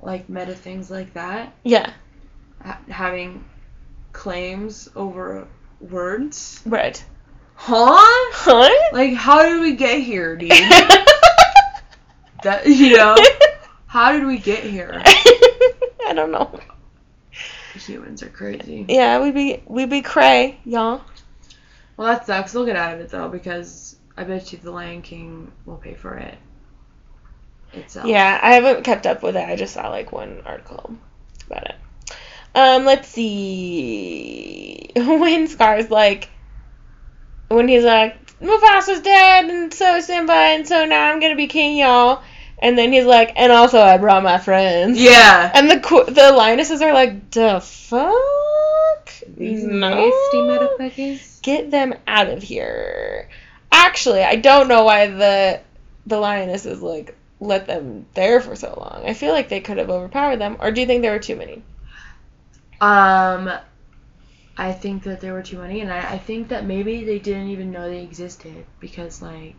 like meta things like that, Yeah, ha- having claims over words. right. Huh? (laughs) Huh? Like, how did we get here, (laughs) dude? that you know, how did we get here? I don't know. Humans are crazy. Yeah, we be we be cray, y'all. Well, that sucks. They'll get out of it though, because I bet you the Lion King will pay for it itself. Yeah, I haven't kept up with it. I just saw like one article about it. Um, let's see. (laughs) When Scar's like, when he's like, Mufasa's dead, and so is Simba, and so now I'm gonna be king, y'all. And then he's like, and also I brought my friends. Yeah. And the qu- the lionesses are like, the fuck? These No. nasty motherfuckers. Get them out of here. Actually, I don't know why the the lionesses like let them there for so long. I feel like they could have overpowered them, or do you think there were too many? Um, I think that there were too many, and I, I think that maybe they didn't even know they existed because like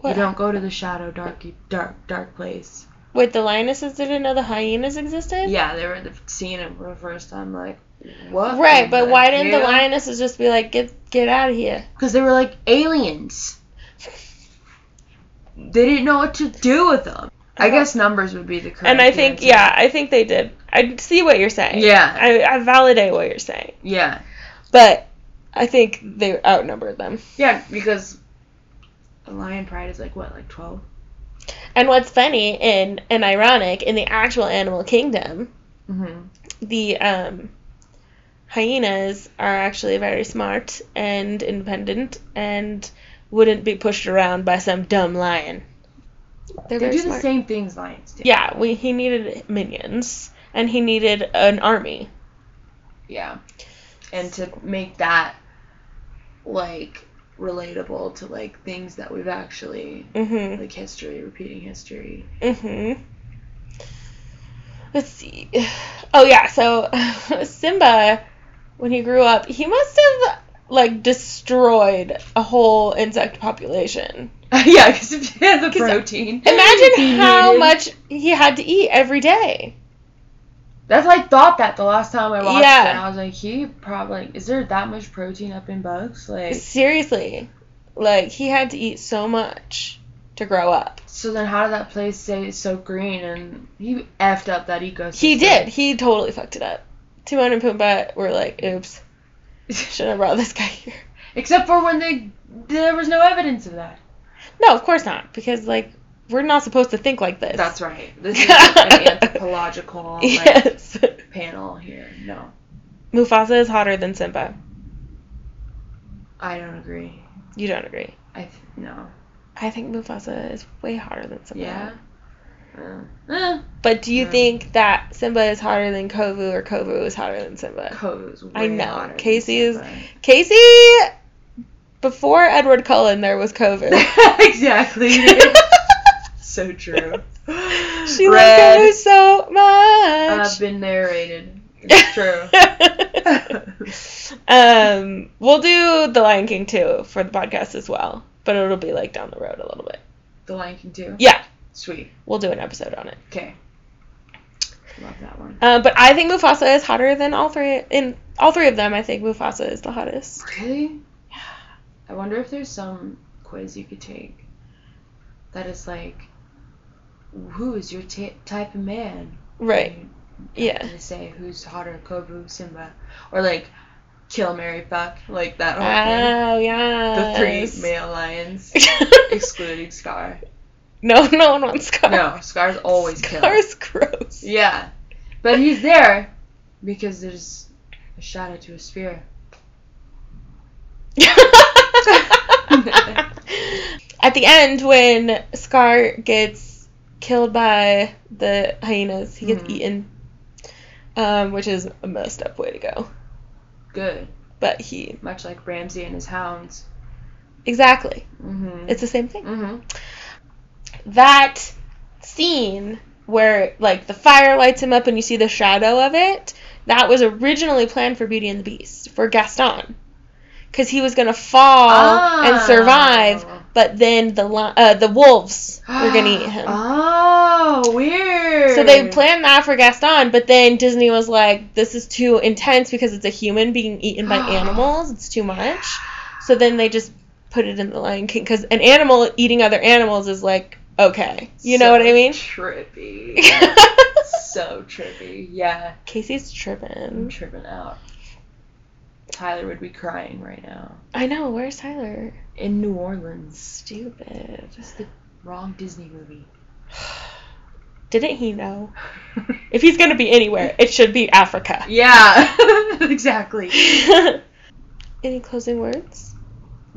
What? you don't go to the shadow dark dark dark place. Wait, the lionesses didn't know the hyenas existed. Yeah, they were the, seeing it for the first time. Like what? Right, but why didn't the lionesses just be like, get get out of here? Because they were like aliens. They didn't know what to do with them. I guess numbers would be the correct. Uh-huh. And I think, answer. yeah, I think they did. I see what you're saying. Yeah. I, I validate what you're saying. yeah, But I think they outnumbered them. yeah. Because the lion pride is like what, like twelve? And what's funny and, and ironic in the actual animal kingdom, Mm-hmm. the um, hyenas are actually very smart and independent and wouldn't be pushed around by some dumb lion. They They're very do smart. the same things lions do. Yeah, we, he needed minions and he needed an army. Yeah. And to make that like relatable to like things that we've actually Mhm. like history, repeating history. Mhm. Let's see. Oh yeah, so (laughs) Simba, when he grew up, he must have like destroyed a whole insect population. (laughs) yeah, because if you had the (laughs) 'Cause- protein. Imagine (laughs) He how needed- much he had to eat every day. That's I thought that the last time I watched Yeah. it. I was like, he probably is there that much protein up in bugs? Like, Seriously, like he had to eat so much to grow up. so then how did that place stay so green? And he effed up that ecosystem. He (laughs) did. He totally fucked it up. Timon and Pumbaa were like, "Oops, should have brought this guy (laughs) here." Except for when they there was no evidence of that. No, of course not, because like we're not supposed to think like this. (laughs) That's right. This is an anthropological like, yes. panel here. No, Mufasa is hotter than Simba. I don't agree. You don't agree? I th- no. I think Mufasa is way hotter than Simba. Yeah. Uh, eh. But do you Mm. think that Simba is hotter than Kovu or Kovu is hotter than Simba? Kovu's I way know. hotter than Casey is- Simba. Casey, before Edward Cullen, there (laughs) was Kovu. exactly. (laughs) so true. she Red. loved Kovu so I've much. been (laughs) narrated. It's true. (laughs) um, we'll do The Lion King too for the podcast as well, but it'll be like down the road a little bit. the Lion King too. Yeah, Sweet. we'll do an episode on it. Okay. Love that one. Uh, but I think Mufasa is hotter than all three. In all three of them, I think Mufasa is the hottest. Really? I wonder if there's some quiz you could take that is like, who is your ta type of man? Right? And Yeah. they say who's hotter, Kobu, Simba, or like kill Mary Fuck, like that whole thing. Oh The yeah. three (laughs) male lions, excluding Scar. no, no one wants Scar. No, Scar's always killed. Scar's (laughs) gross. Yeah, but he's there because there's a shadow to a sphere. At the end, when Scar gets killed by the hyenas, he gets Mhm. eaten, um, which is a messed up way to go. Good, But he much like Ramsey and his hounds. exactly, Mm-hmm. it's the same thing. mm-hmm. That scene where like the fire lights him up and you see the shadow of it, that was originally planned for Beauty and the Beast for Gaston, because he was gonna fall and survive, but then the li- uh, the wolves were gonna eat him. (gasps) Oh, weird. So they planned that for Gaston, but then Disney was like, "This is too intense because it's a human being eaten by animals. It's too much." So then they just put it in the Lion King because an animal eating other animals is like okay, you know So what I mean? (laughs) Trippy. so trippy. Yeah, (laughs) Casey's I'm tripping. tripping out. Tyler would be crying right now I know. Where's Tyler? in New Orleans. Stupid. (sighs) Just the wrong Disney movie. (laughs) Didn't he know? If he's gonna be anywhere, it should (laughs) be Africa. yeah, (laughs) exactly. Any closing words?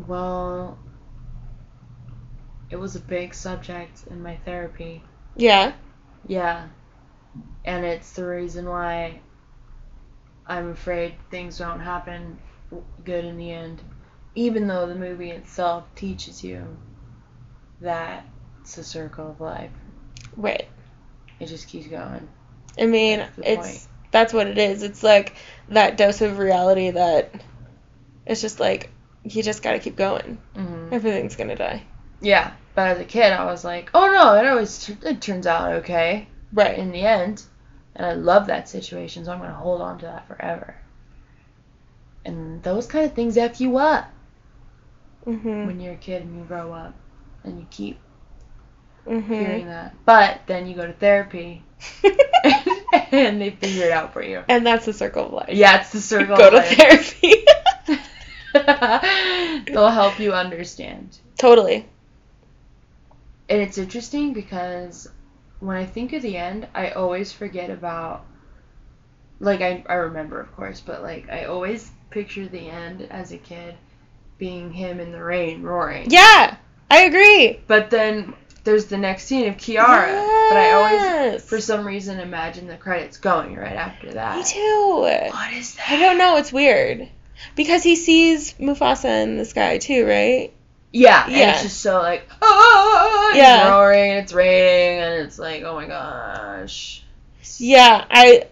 Well, it was a big subject in my therapy. Yeah. Yeah. And it's the reason why I'm afraid things don't happen w- good in the end, even though the movie itself teaches you that it's a circle of life. Right. It just keeps going. I mean, That's the it's point. that's what it is. It's like that dose of reality that it's just like you just gotta keep going. Mm-hmm. Everything's gonna die. Yeah. But as a kid, I was like, oh no, it always t- it turns out okay Right. in the end. And I love that situation, so I'm going to hold on to that forever. And those kind of things F you up. Mhm. when you're a kid and you grow up and you keep Mhm. hearing that. But then you go to therapy (laughs) and they figure it out for you. (laughs) and that's the circle of life. Yeah, it's the circle. (laughs) Go of to life. therapy. (laughs) (laughs) They'll help you understand. totally. And it's interesting because when I think of the end, I always forget about like I, I remember of course, but like I always picture the end as a kid being him in the rain roaring. Yeah, I agree. But then there's the next scene of Kiara. But I always Yes. for some reason imagine the credits going right after that. me too. What is that? I don't know. It's weird. Because he sees Mufasa in the sky too, right? Yeah, and Yeah. it's just so like, oh, it's Yeah. roaring, it's raining, and it's like, oh my gosh. Yeah, I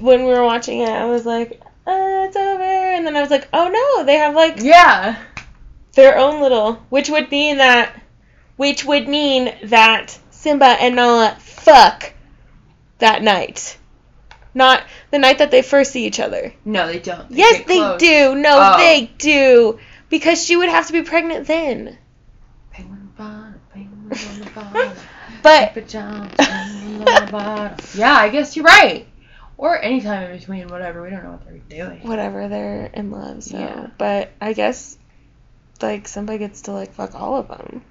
when we were watching it, I was like, uh, it's over, and then I was like, oh no, they have like Yeah. their own little, which would mean that, which would mean that Simba and Nala fuck that night, not the night that they first see each other. No, they don't. yes, get they close. do. No, Oh. they do, because she would have to be pregnant then. Penguin bottom, penguin on the bottom, (laughs) But paper jam, penguin on the bottom. Yeah, I guess you're right. Or anytime in between, whatever. We don't know what they're doing. whatever, they're in love. So, Yeah. but I guess like Simba gets to like fuck all of them.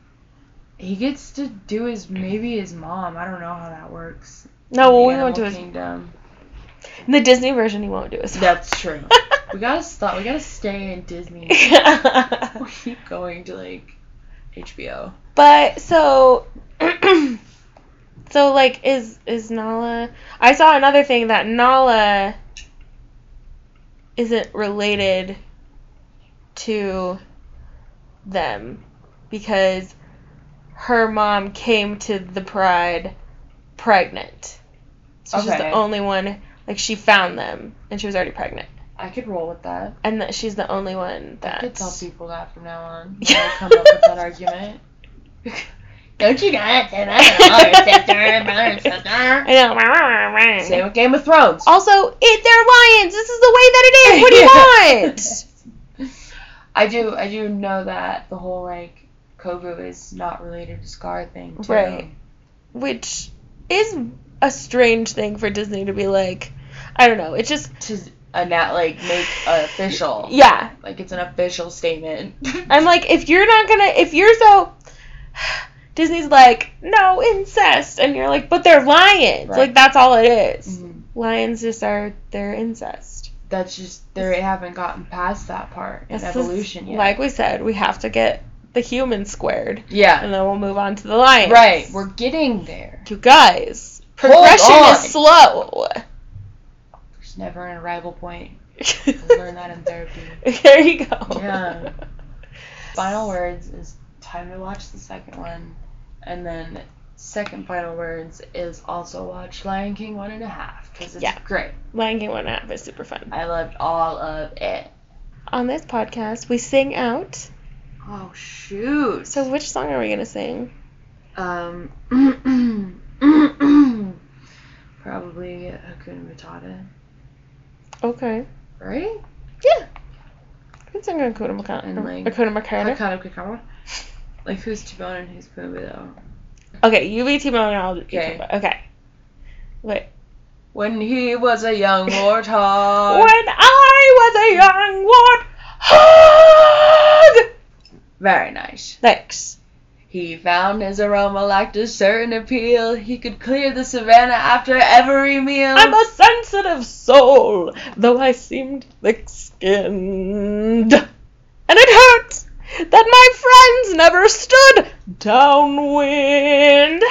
He gets to do his maybe his mom. I don't know how that works. No, well, The we won't do Animal his (laughs) kingdom. in the Disney version. He won't do his. (laughs) That's true. (laughs) we gotta stop. We gotta stay in Disney. (laughs) we keep going to like HBO. But so (clears throat) so like is is Nala I saw another thing that Nala isn't related to them because her mom came to the pride pregnant. So she's Okay. the only one like she found them and she was already pregnant. I could roll with that. And that she's the only one that I could tell people that from now on. when I come up with that argument. (laughs) Don't you guys say that? Sister, brother, sister. I know. (laughs) Same with Game of Thrones. Also, it they're lions. This is the way that it is. What do (laughs) you want? I do. I do know that the whole like Kovu is not related to Scar thing too. Right. Which is a strange thing for Disney to be like. I don't know. It's just To uh, not like make uh, official. yeah. Like it's an official statement. (laughs) I'm like if you're not gonna if you're so (sighs) Disney's like no incest and you're like but they're lions Right. like that's all it is. Mhm. Lions just are they're incest. That's just they haven't gotten past that part in This is- evolution yet. Like we said, we have to get the human squared yeah. and then we'll move on to the lions. Right. We're getting there. You guys, Hold progression on. is slow. There's never an arrival point. We'll learn that in therapy. (laughs) there you go. Yeah. Final words is time to watch the second one, and then second final words is also watch Lion King one and a half because it's Yeah. great. Lion King one app is super fun. I loved all of it. On this podcast, we sing out. Oh shoot! So, which song are we gonna sing? um, (clears throat) probably Hakuna Matata, Okay. right? Yeah. We can sing Akuna And, like, Makata. Akuna Makata. Hakuna Matata. Like who's Timon and who's Pumbaa though? Okay, you be T-Bone and I'll be Okay. Pumbaa. Okay. Wait. When he was a young (laughs) warthog. when I was a young warthog! Very nice. Thanks. He found his aroma lacked a certain appeal. He could clear the savannah after every meal. I'm a sensitive soul, though I seemed thick skinned. And it hurt that my friends never stood downwind. And oh,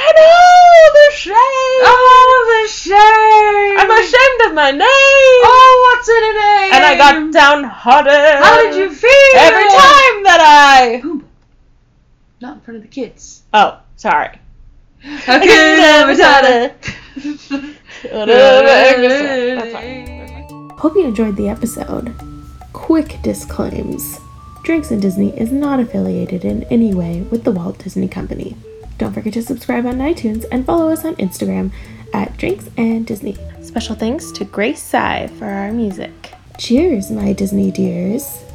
the shame! oh, the shame! I'm ashamed of my name! Oh, what's in a name? and I got downhearted. How did you feel? Every time that I. Not in front of the kids. Oh, (laughs) sorry. How could I (laughs) (laughs) That's fine. Hope you enjoyed the episode. Quick disclaims Drinks in Disney is not affiliated in any way with the Walt Disney Company. Don't forget to subscribe on iTunes and follow us on Instagram at Drinks and Disney. Special thanks to Grace Sai for our music. Cheers, my Disney dears.